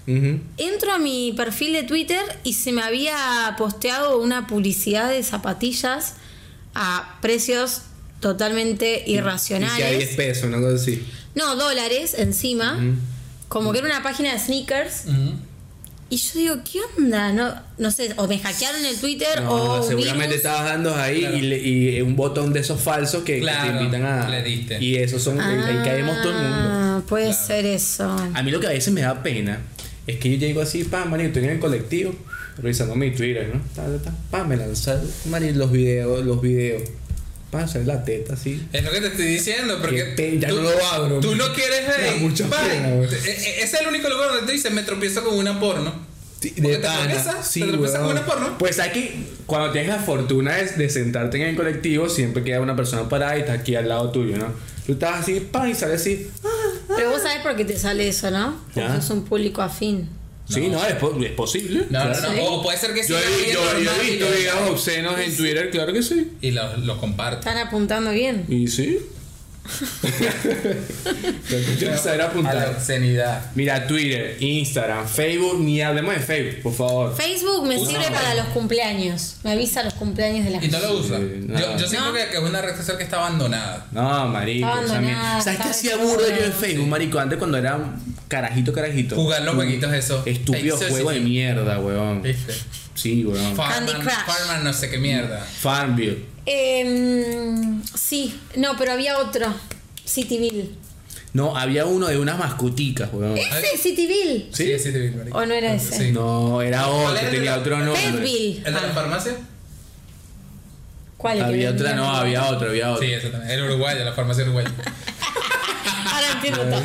D: Ujú.
B: Entro a mi perfil de Twitter y se me había posteado una publicidad de zapatillas a precios totalmente
D: Y que hay 10
B: irracionales.
D: pesos, una cosa así.
B: No, dólares encima. Como que era una página de sneakers.
C: Ujú.
B: Y yo digo, ¿qué onda? No, no sé, o me hackearon el Twitter o.
D: No,
B: un
D: seguramente
B: virus.
D: estabas dando ahí
C: oh, Claro.
D: y, le- y un botón de esos falsos que, que
C: Claro,
D: te invitan a.
C: le diste.
D: Y esos son. ahí- ahí caemos todo el mundo.
B: Ah, Puede
C: Claro.
B: ser eso.
D: A mí lo que a veces me da pena es que yo llego así, pam, marico, estoy en el colectivo, revisando mi Twitter, ¿no? Ta, ta, ta, pam, me lanzan, marico, los videos, los videos. Pam, sale la teta así.
C: Es lo que te estoy diciendo,
D: Qué
C: porque
D: pena, ya no lo abro.
C: Tú no quieres
D: Me da
C: ver.
D: mucha
C: Vale,
D: pena, güey.
C: e- e- ese es el único lugar donde te dicen me tropiezo con una porno. Porque te
D: pana.
C: tropiezas, te tropiezas con
D: weón.
C: una porno.
D: Pues aquí, cuando tienes la fortuna de, de sentarte en el colectivo, siempre queda una persona parada y está aquí al lado tuyo, ¿no? Tú estás así, pam, y sale así.
B: Pero vos sabés por qué te sale eso, ¿no? Porque
D: Ya.
B: sos un público afín.
D: Sí, no, es, po- es posible.
C: No,
D: Claro.
C: no, no.
B: Sí.
C: O puede ser que sí.
D: Yo,
C: lo
D: he,
C: veas
D: yo- yo he
C: normal y
D: visto
C: lo-
D: videos obscenos en Twitter, claro que sí.
C: Y los lo comparto.
B: Están apuntando bien.
D: Y sí. Pero yo saber
C: A la
D: apuntar.
C: obscenidad.
D: Mira, Twitter, Instagram, Facebook, ni hablemos de Facebook, por favor.
B: Facebook me
C: Uno,
B: sirve
C: no.
B: para los cumpleaños. Me avisa los cumpleaños de la
C: Y no
B: gente.
C: lo usa.
D: Sí,
C: Yo- yo
D: nada.
C: siento
B: No.
C: que, que es una red social que está abandonada.
D: No, marico,
B: Está
D: esa mierda.
B: abandonada,
D: ¿Sabes qué
B: está
D: hacía burro yo en
B: abandonada.
D: Facebook, marico? Antes cuando era un carajito, carajito.
C: Jugar los
D: Un
C: jueguitos esos.
D: Estúpido
C: Exorcism.
D: juego de mierda, weón.
C: ¿Viste?
D: Sí, weón.
B: Candy
C: Farman-
B: Crush.
C: Farman no sé qué mierda.
D: Farmville.
B: Em, sí, no, pero había otro. Cityville.
D: No, había uno de unas mascoticas, weón.
B: ¿Ese Cityville?
D: ¿Sí?
C: sí, te vi, marico.
B: ¿O no era ese? Ah.
C: Sí.
D: No, era
C: ¿Cuál
D: otro,
C: era el de
D: tenía
C: la-
D: otro nombre.
B: Fayetteville.
C: ¿El de la farmacia?
B: ¿Cuál?
D: Había otra, no, había otro, había otro.
C: Sí, eso también. El uruguayo, la farmacia uruguaya.
B: Ahora entiendo todo.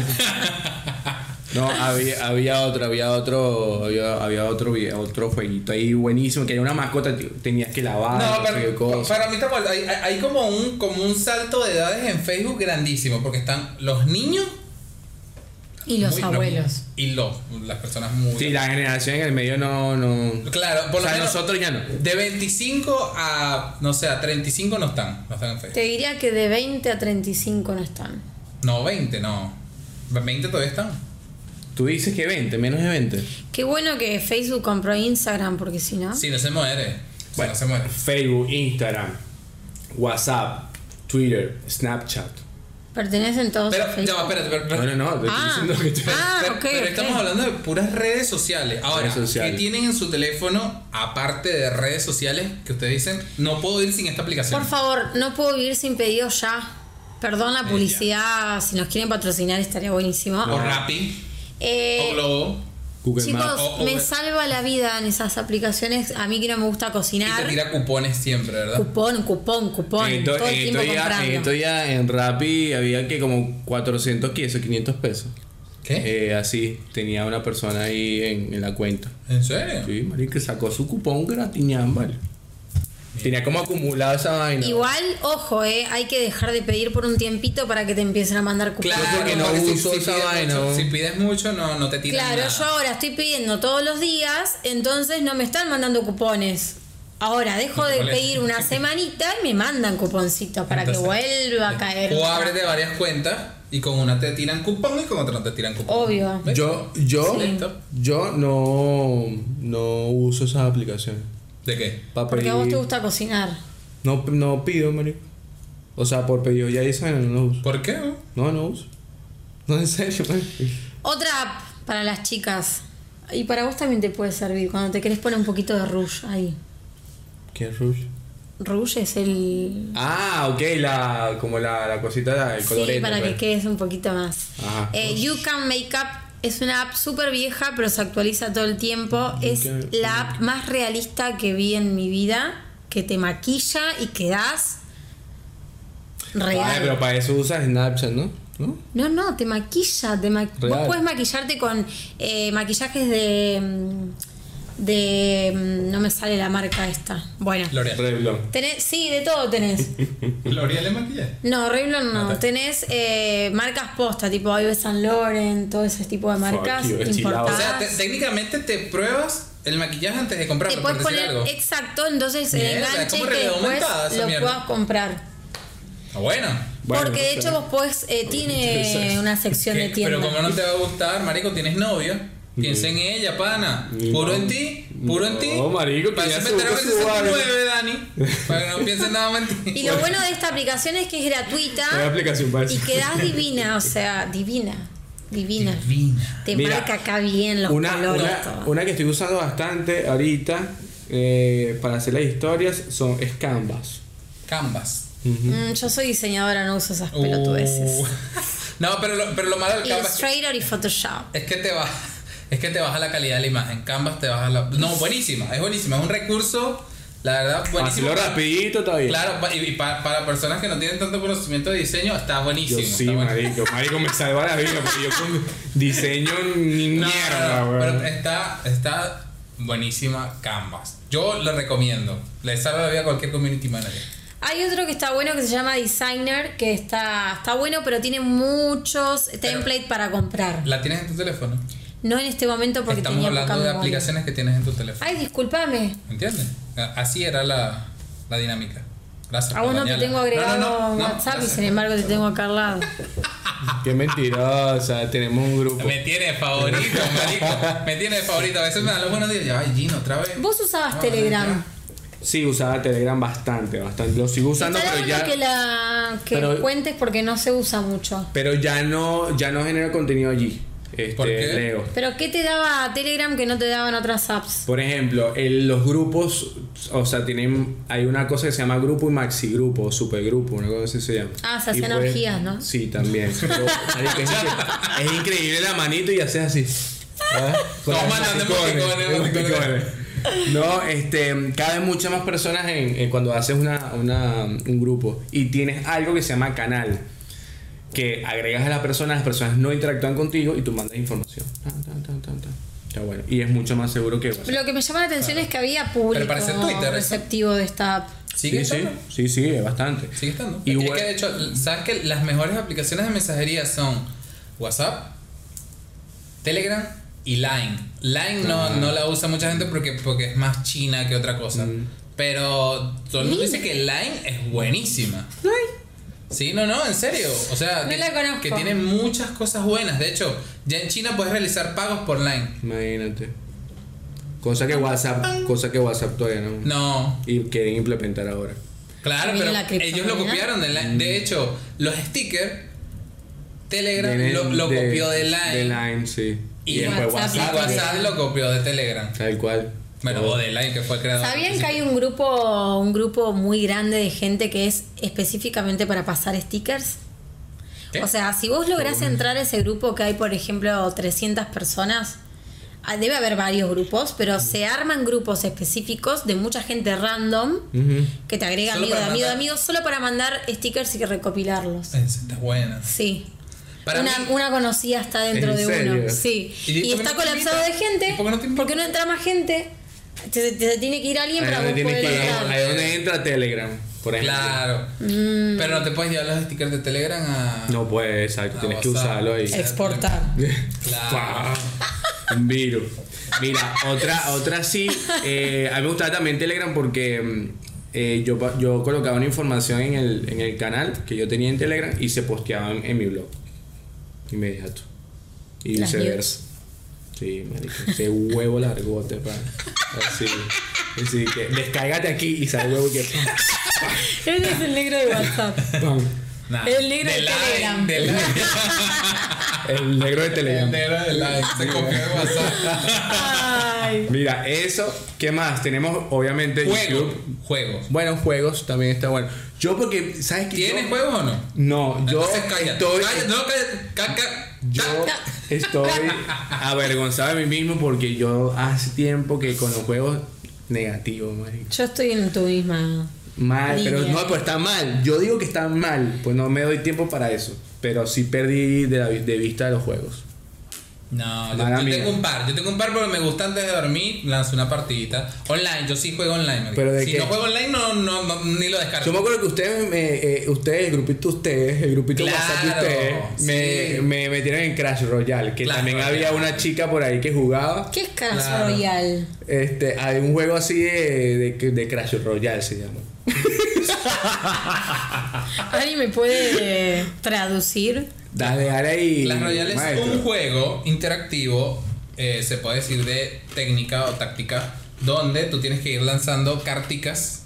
D: No, había, había otro, había otro, había, había otro, video- otro jueguito ahí buenísimo, que era una mascota, tío, tenías que lavar,
C: No,
D: no sé qué
C: pero
D: cosa.
C: para mí está mal. Hay, hay- hay como, un, como un salto de edades en Facebook grandísimo, porque están los niños
B: Y los
C: muy-
B: abuelos.
C: y los, las personas muy.
D: Sí, la generación en el medio no, no.
C: Claro,
D: O
C: por lo
D: sea,
C: menos
D: nosotros ya no.
C: de 25 a, no sé, a 35 no están, no están en Facebook.
B: Te diría que de 20 a 35 no están.
C: No, 20 no. 20 todavía están.
D: Tú dices que 20, menos de 20.
B: Qué bueno que Facebook compró Instagram, porque si no.
C: Si no se muere. Si
D: Bueno.
C: no se muere.
D: Facebook, Instagram, WhatsApp, Twitter, Snapchat.
B: Pertenecen todos a
C: Pero,
B: Facebook.
C: ya va, espérate, pero-
D: No,
C: pero-
D: no, no, te
B: Ah.
D: estoy diciendo que tú-
B: Ah,
C: pero-
B: ok,
C: pero
B: ok.
C: estamos hablando de puras redes sociales. Ahora,
D: Redes sociales.
C: ¿qué tienen en su teléfono aparte de redes sociales que ustedes dicen, no puedo ir sin esta aplicación?
B: Por favor, no puedo vivir sin pedidos ya. Perdón la
C: ya.
B: publicidad, si nos quieren patrocinar estaría buenísimo.
C: O Rappi,
B: Eh,
C: o Globo.
D: Google
B: chicos,
D: Maps.
C: Maps. O- o-
B: me salva la vida en esas aplicaciones. A mí que no me gusta
C: Y te
B: cocinar.
C: tira cupones siempre, ¿verdad?
B: Cupón, cupón, cupón.
D: En
B: todo
D: esto-
B: el
D: en
B: tiempo
D: esto ya- en
B: comprando.
D: esto ya en Rappi había que como 400 pesos, 500 pesos.
C: ¿Qué?
D: Eh, así, tenía una persona ahí en, en la cuenta.
C: ¿En serio?
D: Sí, marico, sacó su cupón gratiñán, vale. Tenía como acumulado esa vaina.
B: Igual, ojo, eh, hay que dejar de pedir por un tiempito para que te empiecen a mandar cupones.
C: Claro,
D: Yo porque no uso esa
C: pides
D: vaina,
C: mucho-
D: ¿no?
C: si pides mucho, no, no te tiran
B: Claro,
C: nada.
B: yo ahora estoy pidiendo todos los días, entonces no me están mandando cupones. Ahora dejo
C: No te
B: de
C: molesta.
B: pedir una semanita y me mandan cuponcitos para
C: Entonces, eh,
B: que vuelva a caer.
C: O abres de varias cuentas y con una te tiran cupón y con otra no te tiran cupón.
B: Obvio.
C: ¿Ves?
D: Yo, yo,
C: Sí.
D: yo no, no uso esas aplicaciones.
C: ¿De qué?
D: Para
B: Porque
D: pedir.
B: a vos te gusta cocinar.
D: No, no pido, marico. O sea, por pedido ya dicen, no lo uso.
C: ¿Por qué?
D: No, no uso. No, en serio, marico.
B: Otra app para las chicas. Y para vos también te puede servir cuando te querés poner un poquito de rouge ahí.
D: ¿Qué rush?
B: Rouge es el.
D: Ah, ok, la, como la, la cosita, la, el colorete.
B: sí, para
D: pues.
B: que quedes un poquito más.
D: Ajá.
B: Eh, you Can Make Up es una app súper vieja, pero se actualiza todo el tiempo.
D: You
B: es
D: Can
B: la app más realista que vi en mi vida, que te maquilla y quedas
D: Ay,
B: real.
D: Ah, pero para eso usas Snapchat, ¿no? ¿No?
B: No, no, te maquilla. Te ma- Vos
D: Real.
B: puedes maquillarte con eh, maquillajes de. mm, de. mm, no me sale la marca esta. Bueno.
C: L'Oreal.
D: Revlon.
B: Tenés, sí, de todo tenés.
C: ¿L'Oreal es maquillaje?
B: No, Revlon no.
C: No, está
B: Tenés eh, marcas posta, tipo Ives San Loren, todo ese tipo de marcas
D: you, estilado.
B: importadas.
C: O sea, te- técnicamente te pruebas el maquillaje antes de comprarlo,
B: Ah, te
C: por
B: puedes
C: decir
B: poner
C: algo.
B: exacto, entonces el
C: Mierda,
B: enganche
C: ¿cómo
B: que después
C: reglamentada esa
B: lo
C: mierda?
B: puedas comprar.
C: Ah, bueno.
D: Bueno,
B: Porque de
D: pero-
B: hecho vos podés, eh, tiene
D: interesante.
B: una sección de
C: ¿Qué? Pero como
B: tienda.
C: no te va a gustar, marico, tienes novia. Piensa en ella, pana.
D: Ni
C: Puro
D: no.
C: en ti. Puro en ti.
A: No, marico, que
C: Para
A: ya
C: eso
A: se
C: me entero
A: busca
C: que
A: su
C: te
A: barrio.
C: 69, Dani. Para que no piensen nada más en
B: Y
C: ti.
B: lo bueno de esta aplicación es que es
A: Hay
B: gratuita
A: aplicación para
B: y
A: eso.
B: quedas divina, o sea, divina, divina.
C: Divina.
B: Te
D: Mira,
B: marca acá bien los
D: Una,
B: colores.
D: una-
B: todo.
D: una que estoy usando bastante ahorita eh, para hacer las historias son es Canvas.
C: Canvas.
B: Mm, yo soy diseñadora, no uso esas pelotudeces.
C: Uh. No, pero lo, pero lo malo del Canvas
B: Illustrator y Photoshop.
C: es que te baja, es que te baja la calidad de la imagen. Canvas te baja la. No, buenísima, es buenísima. Es un recurso, la verdad, buenísimo.
D: Hazlo
C: para-
D: rapidito está bien.
C: Claro, pa- y, y pa- para personas que no tienen tanto conocimiento de diseño, está
D: Yo
C: buenísimo.
D: sí,
C: está buenísimo.
D: marico. Marico me salva la vida porque yo con diseño ni
C: No,
D: mierda,
C: no, no,
D: weón.
C: pero está, está buenísima Canvas. Yo lo recomiendo. Le salva la vida a cualquier community manager.
B: Hay otro que está bueno que se llama Designer, que está, está bueno, pero tiene muchos templates para comprar.
C: ¿La tienes en tu teléfono?
B: No en este momento porque
C: Estamos
B: tenía
C: hablando
B: poca
C: de
B: memoria.
C: aplicaciones que tienes en tu teléfono.
B: Ay, discúlpame.
C: ¿Entiendes? A- Así era la, la dinámica. Gracias.
B: A
C: por
B: vos no Ah, te
C: dañarla.
B: tengo agregado
C: No, no, no, no,
B: WhatsApp y
C: gracias.
B: sin embargo te tengo acá al lado.
D: Qué mentirosa. Tenemos un grupo.
C: Me tiene de favorito, marico. Me tiene de favorito. A veces me dan los buenos días. y yo, Ay, Gino, otra vez.
B: Vos usabas
C: No,
B: Telegram.
D: Sí, usaba Telegram bastante, bastante. Lo sigo usando,
B: Está
D: pero
B: bueno
D: ya.
B: que la que
D: pero-
B: cuentes porque no se usa mucho.
D: Pero ya no, ya no genero contenido allí. Este,
C: ¿Por qué?
D: Leo.
B: Pero ¿qué te daba Telegram que no te daban otras apps?
D: Por ejemplo, el- los grupos, o sea, tienen, hay una cosa que se llama grupo y maxigrupo, o supergrupo, una cosa así se llama.
B: Ah, se
D: Y
B: hacían
D: puedes-
B: orgías, ¿no?
D: Sí, también. Yo- marico, es, incre- es increíble la manito y haces así. ¿Ah? Con
C: Todos
D: las
C: mandando
D: emoticones,
C: emoticones,
D: emoticones. No, este, cada vez muchas más personas en, en cuando haces una, una- un grupo y tienes algo que se llama canal. Que agregas a las personas, las personas no interactúan contigo y tú mandas información. Tan, tan, tan, tan, tan. Está bueno. Y es mucho más seguro que WhatsApp.
B: Lo que me llama la atención es que había público
C: Pero parece Twitter, eso.
B: receptivo de esta app.
C: Sigue
D: sí,
C: estando.
D: sí, sí, sí, es bastante.
C: Sigue estando.
D: Y
C: es
D: bueno-
C: que de hecho, ¿sabes que las mejores aplicaciones de mensajería son WhatsApp, Telegram y Line? Line no, no la usa mucha gente porque, porque es más china que otra cosa.
D: Mm.
C: Pero todo el mundo dice que Line es buenísima. Sí, no, no, en serio. O sea,
B: No
C: que-
B: la conozco.
C: que tiene muchas cosas buenas. De hecho, ya en China puedes realizar pagos por Line.
D: Imagínate. Cosa que WhatsApp, cosa que WhatsApp todavía no.
C: No,
D: Y quieren implementar ahora.
C: Claro,
B: Ahí
C: pero
B: viene la criptomoneda.
C: ellos lo copiaron de Line. De hecho, los stickers, Telegram
D: Vienen
C: lo, lo
D: de-
C: copió de Line.
D: De Line, sí.
C: Y,
B: después
C: WhatsApp,
B: WhatsApp.
C: y WhatsApp lo copió de Telegram.
D: Tal cual.
C: Bueno, o de Line, que fue el creador.
B: ¿Sabían que hay un grupo, un grupo muy grande de gente que es específicamente para pasar stickers?
C: ¿Qué?
B: O sea, si vos lográs entrar a ese grupo que hay, por ejemplo, 300 personas, ah, debe haber varios grupos, pero se arman grupos específicos de mucha gente random
D: Ujú.
B: que te agrega
C: Solo
B: amigo de
C: para
B: amigo
C: mandar-
B: de
C: Eh.
B: amigo solo para mandar stickers y que recopilarlos.
C: Esa está buena.
B: Sí.
C: Para
B: una,
C: mí-
B: una conocida está dentro
D: ¿En
B: de
D: serio?
B: uno. Sí.
C: ¿Y
B: Y,
C: por qué
B: está
C: no te
B: colapsado de
C: invita?
B: gente.
C: ¿Y por qué no te invita?
B: porque no entra más gente. Se, se- se tiene que ir alguien
D: Ahí
B: para
D: donde
B: vos
D: tienes
B: poder
D: que ir,
B: entrar.
D: ahí donde entra Telegram, por ejemplo.
C: Claro.
B: Mm.
C: Pero no te puedes llevar los stickers de Telegram a.
D: No puedes, exacto,
C: a
D: tienes que
C: WhatsApp.
D: usarlo ahí.
B: Exportar.
C: Claro.
D: Un virus. Mira, otra, otra sí. eh, a mí me gustaba también Telegram porque mm, eh, yo, pa- yo colocaba una información en el, en el canal que yo tenía en Telegram y se posteaba en, en mi blog. Inmediato. Y
B: Las
D: viceversa. Sí, marico. Ese huevo largote, pa. Así. Así que descárgate aquí y sale huevo que.
B: Ese es el negro de WhatsApp.
D: pam, pam.
C: Nah.
B: El negro
C: de
B: de
C: Line,
B: Telegram.
C: De Line.
D: El negro de
C: el
D: Telegram.
C: negro de Line. Se copió de WhatsApp.
B: Ay.
D: Mira, eso. ¿Qué más? Tenemos, obviamente,
C: Juego.
D: YouTube.
C: Juegos.
D: Buenos juegos también está bueno. Yo porque, ¿sabes qué?
C: ¿Tienes
D: Yo-
C: juegos o no?
D: No, yo
C: Entonces cállate.
D: estoy.
C: Cállate, no, cállate. Ca- ca-
D: Yo estoy avergonzado de mí mismo porque yo hace tiempo que con los juegos negativos, marico.
B: Yo estoy en tu misma.
D: Mal,
B: Línea.
D: pero no, pero está mal. Yo digo que está mal, pues no me doy tiempo para eso. Pero sí perdí de, la- de vista de los juegos.
C: No, yo,
D: Mala
C: yo
D: mía.
C: tengo un par. Yo tengo un par porque me gusta antes de dormir. Lanzo una partidita. Online, yo sí juego online. marico.
D: ¿Pero de
C: si
D: qué?
C: no juego online, no, no, no- ni lo descargo.
D: Yo me acuerdo que ustedes, me- eh, ustedes el grupito de ustedes, el grupito de WhatsApp de
C: Claro,
D: ustedes, me,
C: sí.
D: me metieron en Crash Royale. Que
C: Clash
D: también
C: Royale.
D: había una chica por ahí que jugaba.
B: ¿Qué es Crash
C: Claro.
B: Royale?
D: Este, hay un juego así de, de, de Crash Royale se llama.
B: ¿Alguien me puede traducir?
D: Dale, dale ahí.
C: Clash Royale es
D: maestro.
C: un juego interactivo, eh, se puede decir de técnica o táctica, donde tú tienes que ir lanzando carticas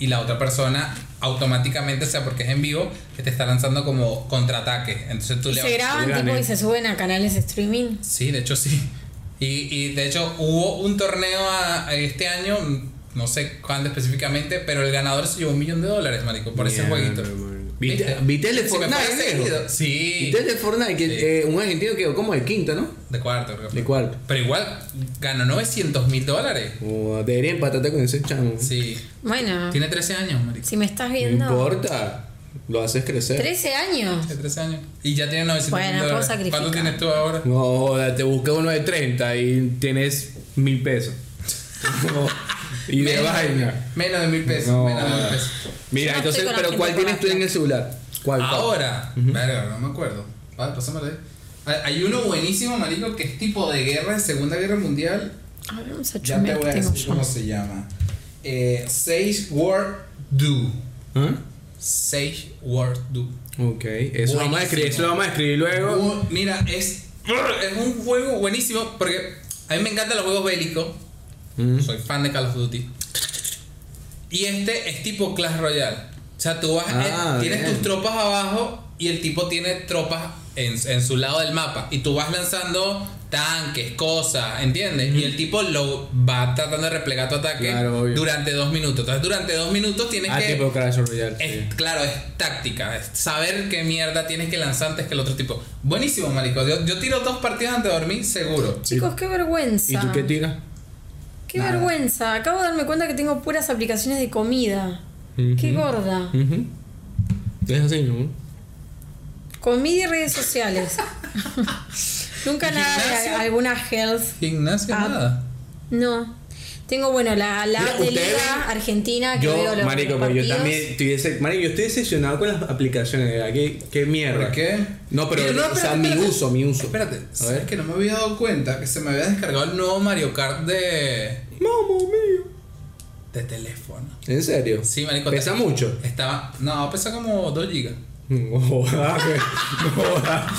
C: y la otra persona automáticamente, o sea, porque es en vivo, que te está lanzando como contraataque. Entonces tú
B: Y
C: le
B: se graban
D: le
B: tipo
D: gané.
B: y se suben a canales de streaming.
C: Sí, de hecho sí. Y, y de hecho hubo un torneo a- a este año, no sé cuándo específicamente, pero el ganador se llevó un millón de dólares, marico, por ese
D: Mierda,
C: jueguito.
D: man. ¿Viste, ¿Viste el de
C: Si me
D: Fortnite?
C: fuera
D: negro?
C: seguido. Sí,
D: ¿Viste el de Fortnite? Que,
C: Sí.
D: eh, un argentino quedó como de quinto, ¿no?
C: de cuarto, creo. que
D: De
C: fue.
D: cuarto.
C: Pero igual ganó 900 mil dólares.
D: Oh, debería empatarte con ese chamo.
C: Sí.
B: Bueno,
C: Tiene 13 años, marico.
B: si me estás
D: No
B: viendo.
D: importa. Lo haces crecer.
B: 13 años.
C: Tiene 13 años. Y ya tiene 900
B: Bueno,
C: mil
B: puedo
C: dólares.
B: sacrificar.
C: ¿Cuánto tienes tú ahora?
D: No, joda, te busca uno de 30 y tienes mil pesos. No, y de
C: Menos-
D: vaina.
C: Menos de mil pesos.
D: No.
C: Menos de mil pesos.
D: Mira,
B: Yo no
D: entonces,
B: estoy con
D: pero
B: la
D: ¿cuál
B: gente
D: tienes tú en
B: barata.
D: el celular? ¿Cuál? cuál?
C: Ahora, verga, no me acuerdo. Vale, pásamelo ahí. Hay- Hay uno buenísimo, marico, que es tipo de guerra, de Segunda Guerra Mundial.
B: Hablamos a
C: Ya te voy a
B: tengo
C: decir
B: yo.
C: cómo se llama. Eh, Sage War Do.
D: ¿Ah?
C: Sage War Do.
D: Ok, eso lo vamos a escribir,
C: Buenísimo.
D: eso lo vamos a escribir luego.
C: Bu- Mira, es, es un juego buenísimo porque a mí me encantan los juegos bélicos.
D: Mm.
C: Soy fan de Call of Duty. Y este es tipo Clash Royale. O sea, tú vas,
D: Ah,
C: eh, tienes
D: bien.
C: tus tropas abajo y el tipo tiene tropas en, en su lado del mapa. Y tú vas lanzando tanques, cosas, ¿entiendes? Y el tipo lo va tratando de replegar tu ataque
D: Mm. Claro, obvio.
C: durante dos minutos. Entonces, durante dos minutos tienes
D: Ah,
C: que.
D: tipo Clash Royale. sí.
C: Es, claro, es táctica, es saber qué mierda tienes que lanzar antes que el otro tipo. Buenísimo, marico. Yo, yo tiro dos partidas antes de dormir, seguro.
B: Chicos, qué vergüenza.
D: ¿Y tú qué tiras?
B: Qué vergüenza. Acabo de darme cuenta que tengo puras aplicaciones de comida. Qué gorda.
D: Ujú. Es así, ¿no?
B: Comida y redes sociales. Nunca nada de
C: ¿Gimnasio?
B: alguna health.
C: Gimnasio,
B: Ah.
C: nada.
B: No. Tengo, bueno, la, la
D: Mira,
B: app de
D: ustedes
B: Liga
D: ven-
C: Ah,
B: Argentina que veo
D: Yo,
B: los
D: marico,
B: los
D: pero yo
B: partidos.
D: también estoy dese- marico, yo estoy decepcionado con las aplicaciones, de ¿verdad? ¿Qué, qué mierda?
C: ¿Por qué?
D: No, pero,
C: Mira, no,
D: o sea,
C: espérate,
D: mi
C: espérate.
D: uso, mi uso.
C: Espérate,
D: A
C: ¿sabes
D: ver.
C: que no me había dado cuenta que se me había descargado el nuevo Mario Kart de,
D: Mamma mía.
C: de teléfono?
D: ¿En serio?
C: Sí, marico.
D: ¿Pesa
C: te-
D: mucho?
C: Estaba, no, pesa como 2 gigas.
D: No joda, güey. No joda.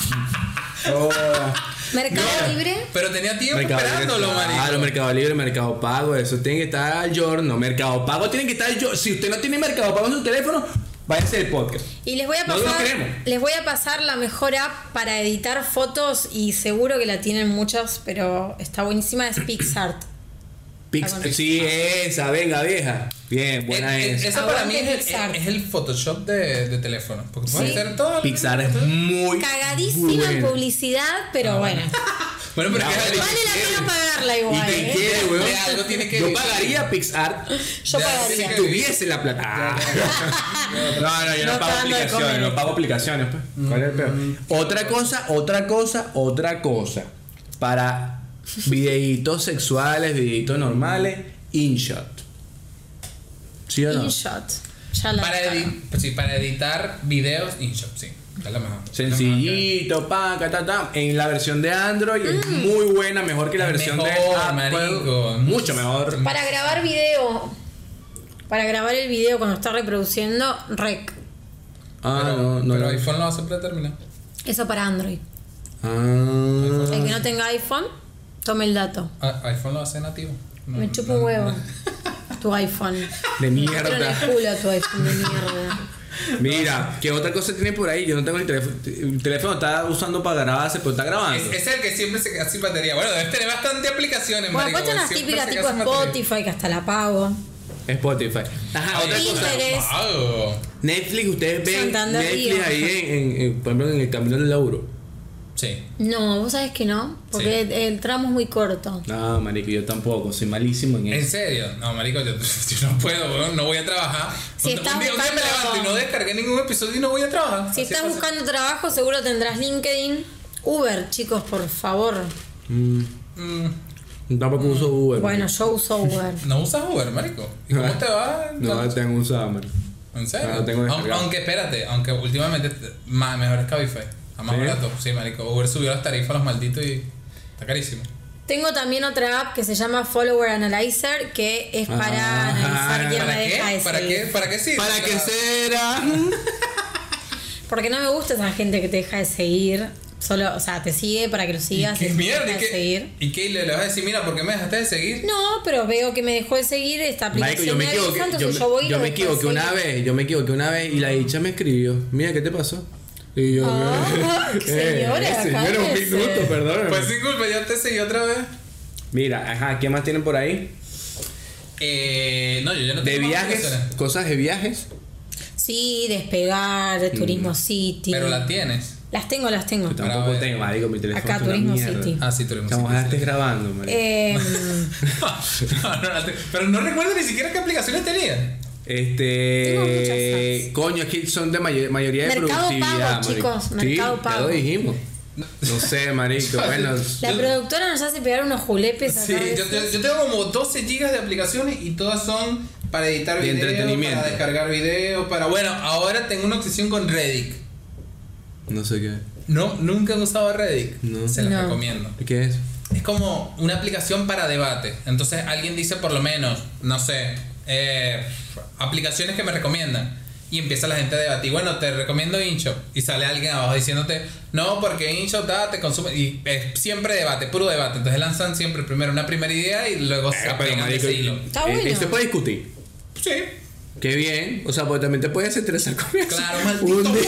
D: No joda.
B: Mercado Libre.
C: Pero tenía tiempo
D: Libre,
C: esperándolo,
D: claro,
C: marico.
D: Mercado Libre, Mercado Pago, eso tiene que estar al giorno. Mercado Pago tiene que estar al giorno. Si usted no tiene Mercado Pago en su teléfono, váyase del podcast.
B: Y les voy a
D: No, no
B: pasar,
D: queremos.
B: les voy a pasar la mejor app para editar fotos y seguro que la tienen muchas, pero está buenísima es PixArt.
D: Pix-
B: Ah, bueno.
D: sí, esa, venga vieja. Bien, buena
C: Eh, eh,
D: esa.
C: Eso para mí es el,
B: Aguante Pixar.
C: es el Photoshop de, de teléfono. Porque puedes
B: Sí.
C: hacer todo.
D: Pixar es muy
B: Cagadísima en
D: buena.
B: publicidad, pero bueno.
C: Bueno, pero
D: Ah,
C: que
D: vale.
C: es algo-
B: Vale la pena pagarla igual.
D: Y te
B: ¿eh?
D: quiere, weón.
C: De algo tiene que
D: Yo
C: vivir.
D: pagaría Pixar
B: Yo
C: Ya,
B: pagaría.
D: si tuviese la plata. No, no, yo no,
B: No
D: pago
B: está dando de
D: aplicaciones,
B: comer.
D: no pago aplicaciones, pues. ¿Cuál es el peor? Otra cosa, otra cosa, otra cosa. Para videitos sexuales, videitos normales, InShot. ¿Sí o no?
B: InShot. Ya la
C: Para, edi- pues sí, para editar videos InShop, sí. Es lo mejor.
D: Sencillito, pa, ta, ta, ta. En la versión de Android es muy buena, mejor que la versión de
C: Mejor, marico.
D: Apple. Mucho mejor.
B: Para grabar video. Para grabar el video cuando está reproduciendo, rec.
D: Ah,
C: pero,
D: no, no.
C: pero
D: lo-
C: iPhone lo hace predeterminado.
B: Eso para Android.
D: Ah.
B: El que no tenga iPhone, tome el dato.
C: Ah, iPhone lo hace nativo. No,
B: Me chupa un
C: no,
B: huevo.
C: no.
B: Tu iPhone.
D: De
B: Pero en el
D: mierda.
B: culo tu iPhone de mierda.
D: Mira, ¿qué otra cosa tiene por ahí? Yo no tengo el teléfono. El teléfono está usando para grabarse, pero está grabando.
C: Es, es el que siempre se queda sin batería. Bueno, debes tener bastante aplicaciones,
B: Bueno,
C: marico,
B: después están las
C: siempre
B: típicas
C: se
B: tipo
C: queda sin batería. Ah,
B: Spotify, que hasta la pago.
D: Spotify. Ajá,
C: Ay,
D: otra
B: Tinder.
D: cosa.
B: Interés.
C: wow.
D: Netflix, ustedes ven
B: Santander
D: Netflix
B: Río.
D: ahí en, en- en- por ejemplo, en el camino del laburo.
C: Sí.
B: No, vos sabés que no, porque el, el tramo es muy corto.
D: No, marico, yo tampoco. Soy malísimo en
C: ¿En
D: eso.
C: serio? No, marico, yo, yo no puedo, weón, no voy a trabajar.
B: Si
C: un,
B: estás
C: un día, un día me
B: buscando-
C: levanto y no descargué ningún episodio y no voy a trabajar. Así
B: Si estás
C: pasa.
B: buscando trabajo, seguro tendrás LinkedIn. Uber, chicos, por favor.
C: Mm,
D: Tampoco uso Uber.
B: Bueno,
D: marico.
B: yo uso Uber.
C: no usas Uber, marico. ¿Y cómo te va?
D: no la tengo usada, marico.
C: ¿En serio?
D: No, lo tengo
C: Aun-
D: descargado.
C: aunque espérate, aunque últimamente t- más, mejor es Cabify. A más
D: ¿Sí?
C: barato, sí, marico. Uber subió las tarifas, los malditos y está carísimo.
B: Tengo también otra app que se llama Follower Analyzer, que es para
D: Ah.
B: analizar quién
C: ¿Para
B: me
C: qué?
B: deja de
C: ¿Para
B: seguir.
C: qué? ¿Para qué sí?
D: ¿Para qué será?
B: Porque no me gusta esa gente que te deja de seguir. solo, o sea, te sigue para que lo sigas.
C: ¿Qué
B: te
C: mierda?
B: deja
C: ¿Y
B: de
C: qué,
B: seguir.
C: ¿Y qué le, le vas a decir? Mira, ¿por qué me dejaste de seguir?
B: No, pero veo que me dejó de seguir esta
D: Marico,
B: aplicación.
D: yo me
B: avisa,
D: equivoqué, yo,
B: entonces
D: me-
B: voy y
D: yo
B: lo
D: me
B: dejo de
D: equivoqué una
B: seguir.
D: vez, yo me equivoqué una vez y la dicha me escribió, mira, ¿qué te pasó? Y yo,
B: Ah,
D: Eh,
B: señora,
D: señora, un
B: cálmese.
D: minuto, perdón.
C: Pues sin culpa, yo te seguí otra vez.
D: Mira, ajá, ¿qué más tienen por ahí?
C: Eh, no, yo ya no
D: De
C: tengo más
D: viajes,
C: aplicaciones.
D: cosas de viajes.
B: Sí, despegar, turismo city.
C: Pero la tienes.
B: Las tengo, las tengo.
D: Yo tampoco
C: Bravo,
D: tengo, marico, mi teléfono
B: Acá,
D: es una
B: Turismo
D: mierda.
B: City.
C: Ah, sí, tú eres
D: Chamo,
C: músico,
D: ojalá
C: sí.
D: estés grabando, marico.
B: Eh,
C: no, no, no, te- pero no recuerdo ni siquiera qué aplicaciones tenía.
B: Tengo muchas
D: Este. Coño, es que son de may- mayoría de
B: Mercado Pago,
D: productividad. marico.
B: chicos,
D: Sí,
B: Mercado
D: Ya
B: Pago.
D: lo dijimos. No sé, marico. bueno.
B: la productora nos hace pegar unos julepes acá
C: Sí,
B: a
C: yo,
B: veces.
C: yo- yo tengo como 12 gigas de aplicaciones y todas son para editar
D: De
C: videos,
D: entretenimiento.
C: para descargar videos, para... Bueno, ahora tengo una obsesión con Reddit.
D: No sé qué.
C: No, nunca he usado Reddit.
D: No.
C: Se las
B: No.
C: recomiendo.
D: ¿Qué es?
C: Es como una aplicación para debate. Entonces alguien dice por lo menos, no sé, eh, aplicaciones que me recomiendan. Y empieza la gente a debatir. Bueno, te recomiendo InShop. Y sale alguien abajo diciéndote, no, porque InShop da, te consume. Y es siempre debate, puro debate. Entonces lanzan siempre primero una primera idea y luego se
D: Eh, Pero,
C: apegan de
D: marico.
C: ese hilo.
B: Está
D: eh,
B: bueno.
D: eh, se puede discutir.
C: Sí.
D: Qué bien. O sea, porque también te puedes estresar con eso.
C: Claro, maldito.
D: Un día.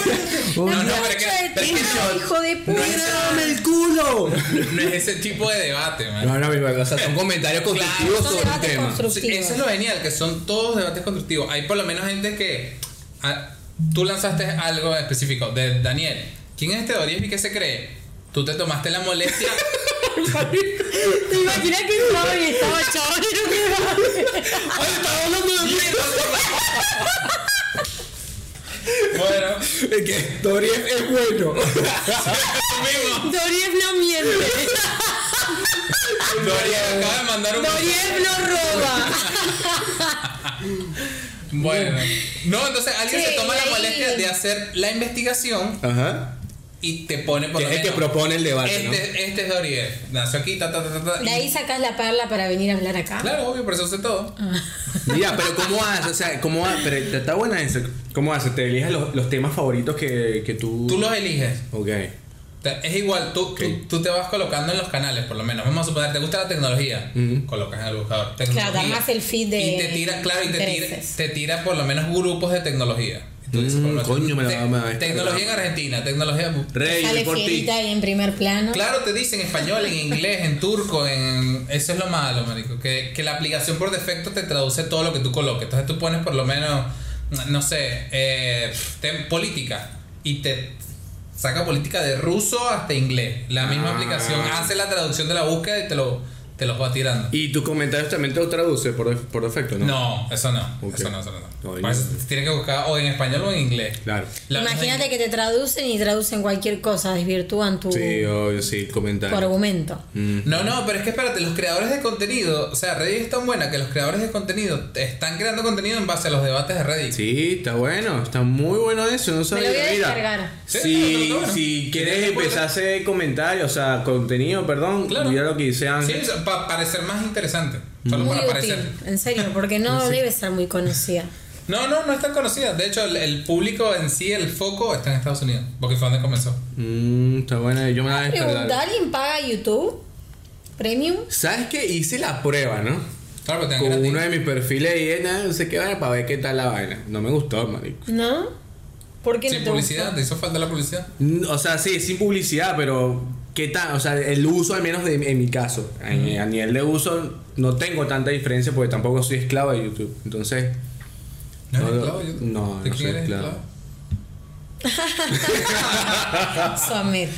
B: La
D: un-
C: No, no, pero
B: concha
C: que-
B: de
C: pero
B: tu
C: es que
B: madre,
C: yo-
B: hijo de puta.
D: ¡Mírame el culo!
C: No es ese tipo de debate, man.
D: No, no, mi marico. O sea, son comentarios
C: Claro,
D: constructivos
B: son
D: sobre el
B: debates
D: tema.
B: constructivos.
C: Sí, eso es lo genial, que son todos debates constructivos. Hay por lo menos gente que. ah, tú lanzaste algo específico de Daniel. ¿Quién es este Doriesby que se cree? Tú te tomaste la molestia.
B: ¿Te imaginas que estaba y estaba chabón y no quedaba?
D: ¡Ay, estaba hablando de
C: bueno,
D: Es que Dorian es bueno.
B: Dorief no miente.
C: Doriesby acaba de mandar un.
B: Dorief no roba.
C: Bueno. No, entonces alguien
B: Sí,
C: se toma la
B: ahí-
C: molestia de hacer la investigación
D: Ajá.
C: y te pone por
D: Que
C: lo
D: es el que
C: menos.
D: propone el debate, ¿no?
C: este, este es Doriesby. Nació aquí, ta, ta, ta, ta, ta.
B: De ahí sacás la perla para venir a hablar acá.
C: Claro, obvio, por eso hace todo.
B: Ah.
D: Mira, pero ¿cómo haces? O sea, ¿cómo ha- pero te- está buena esa. ¿Cómo haces? ¿Te eliges los, los temas favoritos que, que tú.
C: Tú los eliges.
D: Ok.
C: Te- Es igual, tú, tú-
D: Ok.
C: tú, te vas colocando en los canales, por lo menos. Vamos a suponer, ¿te gusta la tecnología? Colocas en el buscador. Tecnología.
B: Claro, además el feed de-
C: Y te tira, claro, y te tira,
B: intereses.
C: te tira por lo menos grupos de tecnología. Y tú dices,
D: Mm,
C: por lo menos,
D: coño, me la-
C: te-
D: me la-
C: Tecnología en Argentina, tecnología.
D: Rey,
B: Sale
D: voy por ti.
B: fierita y en primer plano.
C: Claro, te dicen en español, en inglés, en turco, en. Eso es lo malo, marico. Que, que la aplicación por defecto te traduce todo lo que tú coloques. Entonces tú pones por lo menos, no sé, eh, tem- política. Y te saca política de ruso hasta inglés. La misma
D: Ah.
C: aplicación hace la traducción de la búsqueda y te lo, te los va tirando.
D: Y tus comentarios también te los traduce por, def- por defecto, ¿no?
C: No, eso no.
D: Ok.
C: Eso no, eso no.
D: Oye.
C: Para eso tienes que buscar o en español o en inglés.
D: Claro.
C: La-
B: Imagínate que te traducen y traducen cualquier cosa, desvirtúan tu,
D: Sí, obvio, sí, Mm,
B: tu
D: comentarios.
B: argumento.
C: No, no, pero es que espérate, los creadores de contenido, o sea, Reddit es tan buena que los creadores de contenido están creando contenido en base a los debates de Reddit.
D: Sí, está bueno, está muy bueno eso, no sabía.
B: voy a
D: Mira,
B: descargar.
C: Sí,
D: Si,
C: está bueno.
D: si quieres
C: Sí,
D: empezar a hacer comentarios, o sea, contenido, perdón,
C: Claro.
D: mira lo que dice
C: Sí,
D: Ángel.
C: para parecer más interesante, solo
B: Muy
C: para parecer.
B: útil, en serio, porque no debe ser muy conocida.
C: No, no, no es tan conocida. De hecho, el, el público en sí, el foco está en Estados Unidos, porque fue donde comenzó.
D: Mm, está bueno, yo me la voy a
B: Pregunta,
D: descargar.
B: ¿alguien paga YouTube? ¿Premium?
D: ¿Sabes qué? Hice la prueba, ¿no?
C: Claro, porque
D: con
C: tengan gratis.
D: uno de mis perfiles y nada, no sé qué vaina para ver qué tal la vaina. No me gustó, marico.
B: ¿No? ¿Por qué
C: Sin
B: no te gusta?
C: publicidad, te hizo falta la publicidad.
D: Mm, O sea, sí, sin publicidad, pero qué tal, o sea, el uso al menos de, en mi caso, en- a nivel de uso no tengo tanta diferencia porque tampoco soy esclavo de YouTube. Entonces,
C: No,
D: No,
C: eres
D: no,
C: esclavo, yo-
D: no,
C: ¿De
D: no
C: quién
D: soy
C: eres
D: esclavo.
C: esclavo?
B: Somet.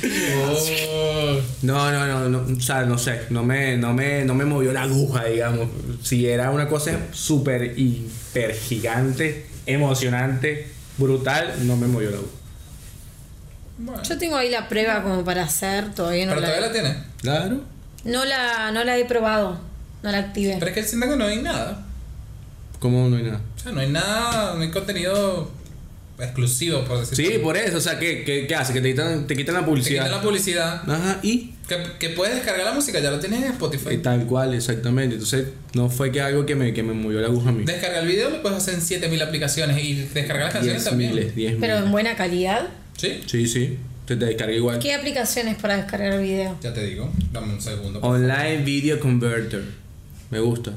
C: Oh.
D: no, no, no, no, o sea, no sé, no me no me no me movió la aguja, digamos. Si era una cosa súper hiper gigante, emocionante, brutal, no me movió la aguja.
C: Bueno.
B: Yo tengo ahí la prueba como para hacer, todavía no
C: Pero todavía la
B: la,
C: tienes.
D: Claro.
B: no la no la he probado, no la activé.
C: Pero es que siento que no hay nada.
D: ¿Cómo no hay nada?
C: O sea, no hay nada, no hay contenido exclusivo, por decirlo
D: Sí, por eso, o sea, ¿qué, qué, qué hace? Que te quitan, te quitan la
C: Te
D: publicidad.
C: quitan la publicidad.
D: Ajá, y,
C: Que, que puedes descargar la música, ya lo tienes en
D: y
C: Spotify.
D: tal cual, exactamente. Entonces, no fue que algo que me, que me movió la aguja a mí.
C: Descargar el video lo puedes hacer en 7000 aplicaciones y descargar las canciones
D: Diez
C: también.
D: miles, diez
B: Pero en
D: miles.
B: buena calidad.
C: Sí.
D: Sí, sí. Se te descarga igual.
B: ¿Qué aplicaciones para descargar video?
C: Ya te digo, dame un segundo. por
D: Online Video Converter. Me gusta.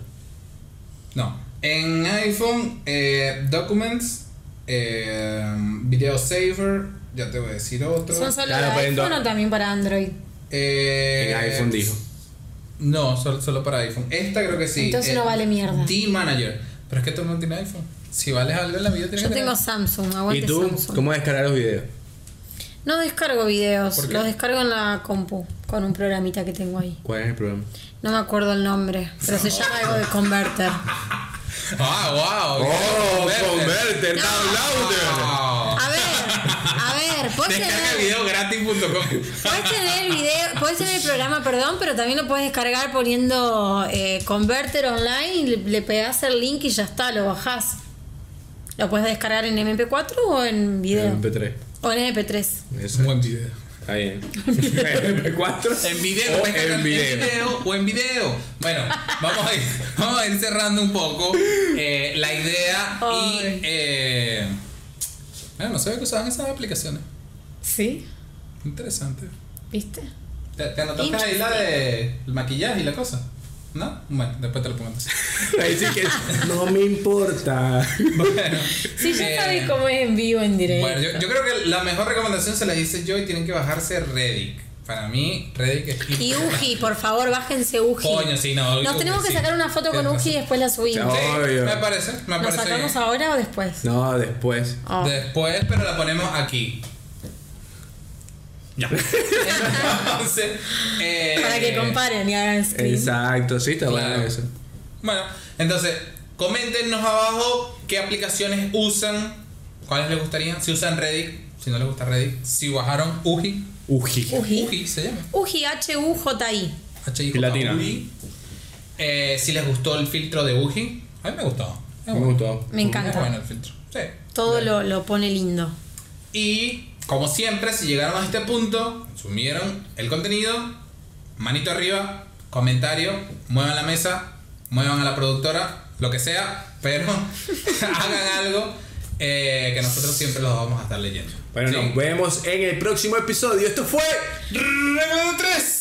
C: No. En iPhone, eh, Documents, eh, Video Saver, ya te voy a decir otro.
B: ¿Son solo
D: Claro,
B: de
D: pero en do-
B: iPhone o también para Android?
C: Eh,
D: En iPhone dijo.
C: No, solo, solo para iPhone. Esta creo que sí. eh,
B: Entonces no vale mierda.
C: D-Manager. Pero es que todo el mundo tiene iPhone. Si vales algo en la vida, tienes
B: Yo
C: que tener.
B: tengo Samsung, aguante
D: ¿Y tú?
B: Samsung.
D: ¿Cómo descargar los videos?
B: No descargo videos,
C: ¿Por qué?
B: los descargo en la compu, con un programita que tengo ahí.
D: ¿Cuál es el problema?
B: No me acuerdo el nombre, pero se llama algo de Converter.
C: ¡Ah, wow!
D: Oh, Converter,
C: Wow.
B: A ver, a ver, puedes
C: Descarga el
B: tener,
C: video gratis.com.
B: podés tener el video, podés tener el programa, perdón, pero también lo puedes descargar poniendo eh, Converter online, y le, le pegás el link y ya está, lo bajás. Lo puedes descargar en MP4 o en video.
D: MP3.
B: O en MP3.
D: Eso.
C: Buen video.
D: Está bien. MP4.
C: En video,
D: O
C: puedes cargar
D: en video.
C: o en video. Bueno, vamos a ir, vamos a ir cerrando un poco eh, la idea
B: Ay.
C: y. Eh, bueno, no sabía que usaban esas aplicaciones.
B: ¿Sí?
C: Interesante.
B: ¿Viste?
C: ¿Te, te anotaste ahí la de el maquillaje y la cosa? ¿No? Bueno, después te lo pongo.
D: Ahí sí que- no me importa.
C: Bueno,
B: Sí, ya
C: eh,
B: sabes cómo eh. es en vivo, en directo.
C: Bueno, yo, yo creo que la mejor recomendación se la hice yo y tienen que bajarse Reddit. Para mí, Reddit es.
B: Y Uji, por favor, bájense Uji.
C: Coño, sí, no.
B: Nos
C: Uji,
B: tenemos que
C: sí.
B: sacar una foto con
C: Tienes
B: Uji y
C: razón.
B: después la subimos.
D: Chao.
C: Sí,
D: Obvio.
C: me parece, me
B: ¿Nos
C: parece.
B: sacamos
C: bien.
B: ahora o después?
D: No, después.
B: Oh.
C: Después, pero la ponemos aquí. Ya. Entonces, eh,
B: Para que comparen y hagan screen.
D: Exacto, sí, está bueno
C: Claro.
D: eso.
C: Bueno, entonces, coméntenos abajo qué aplicaciones usan, cuáles les gustarían, si usan Reddit, si no les gusta Reddit, si bajaron UJI.
D: Uji.
B: Uji.
C: UJI se llama.
B: Uji, H-U-J-I.
C: HIJ,
D: Y latina.
C: UJI. Eh, si les gustó el filtro de UJI, a mí me gustó.
D: Me
C: Es bueno,
D: gustó.
B: Me
C: es
B: encanta.
C: bueno el filtro. Sí.
B: Todo lo, lo pone lindo.
C: Y como siempre, si llegaron a este punto, consumieron el contenido, manito arriba, comentario, muevan la mesa, muevan a la productora, lo que sea, pero hagan algo eh, que nosotros siempre los vamos a estar leyendo.
D: Bueno,
C: Sí.
D: nos vemos en el próximo episodio. Esto fue.
C: Regla de tres.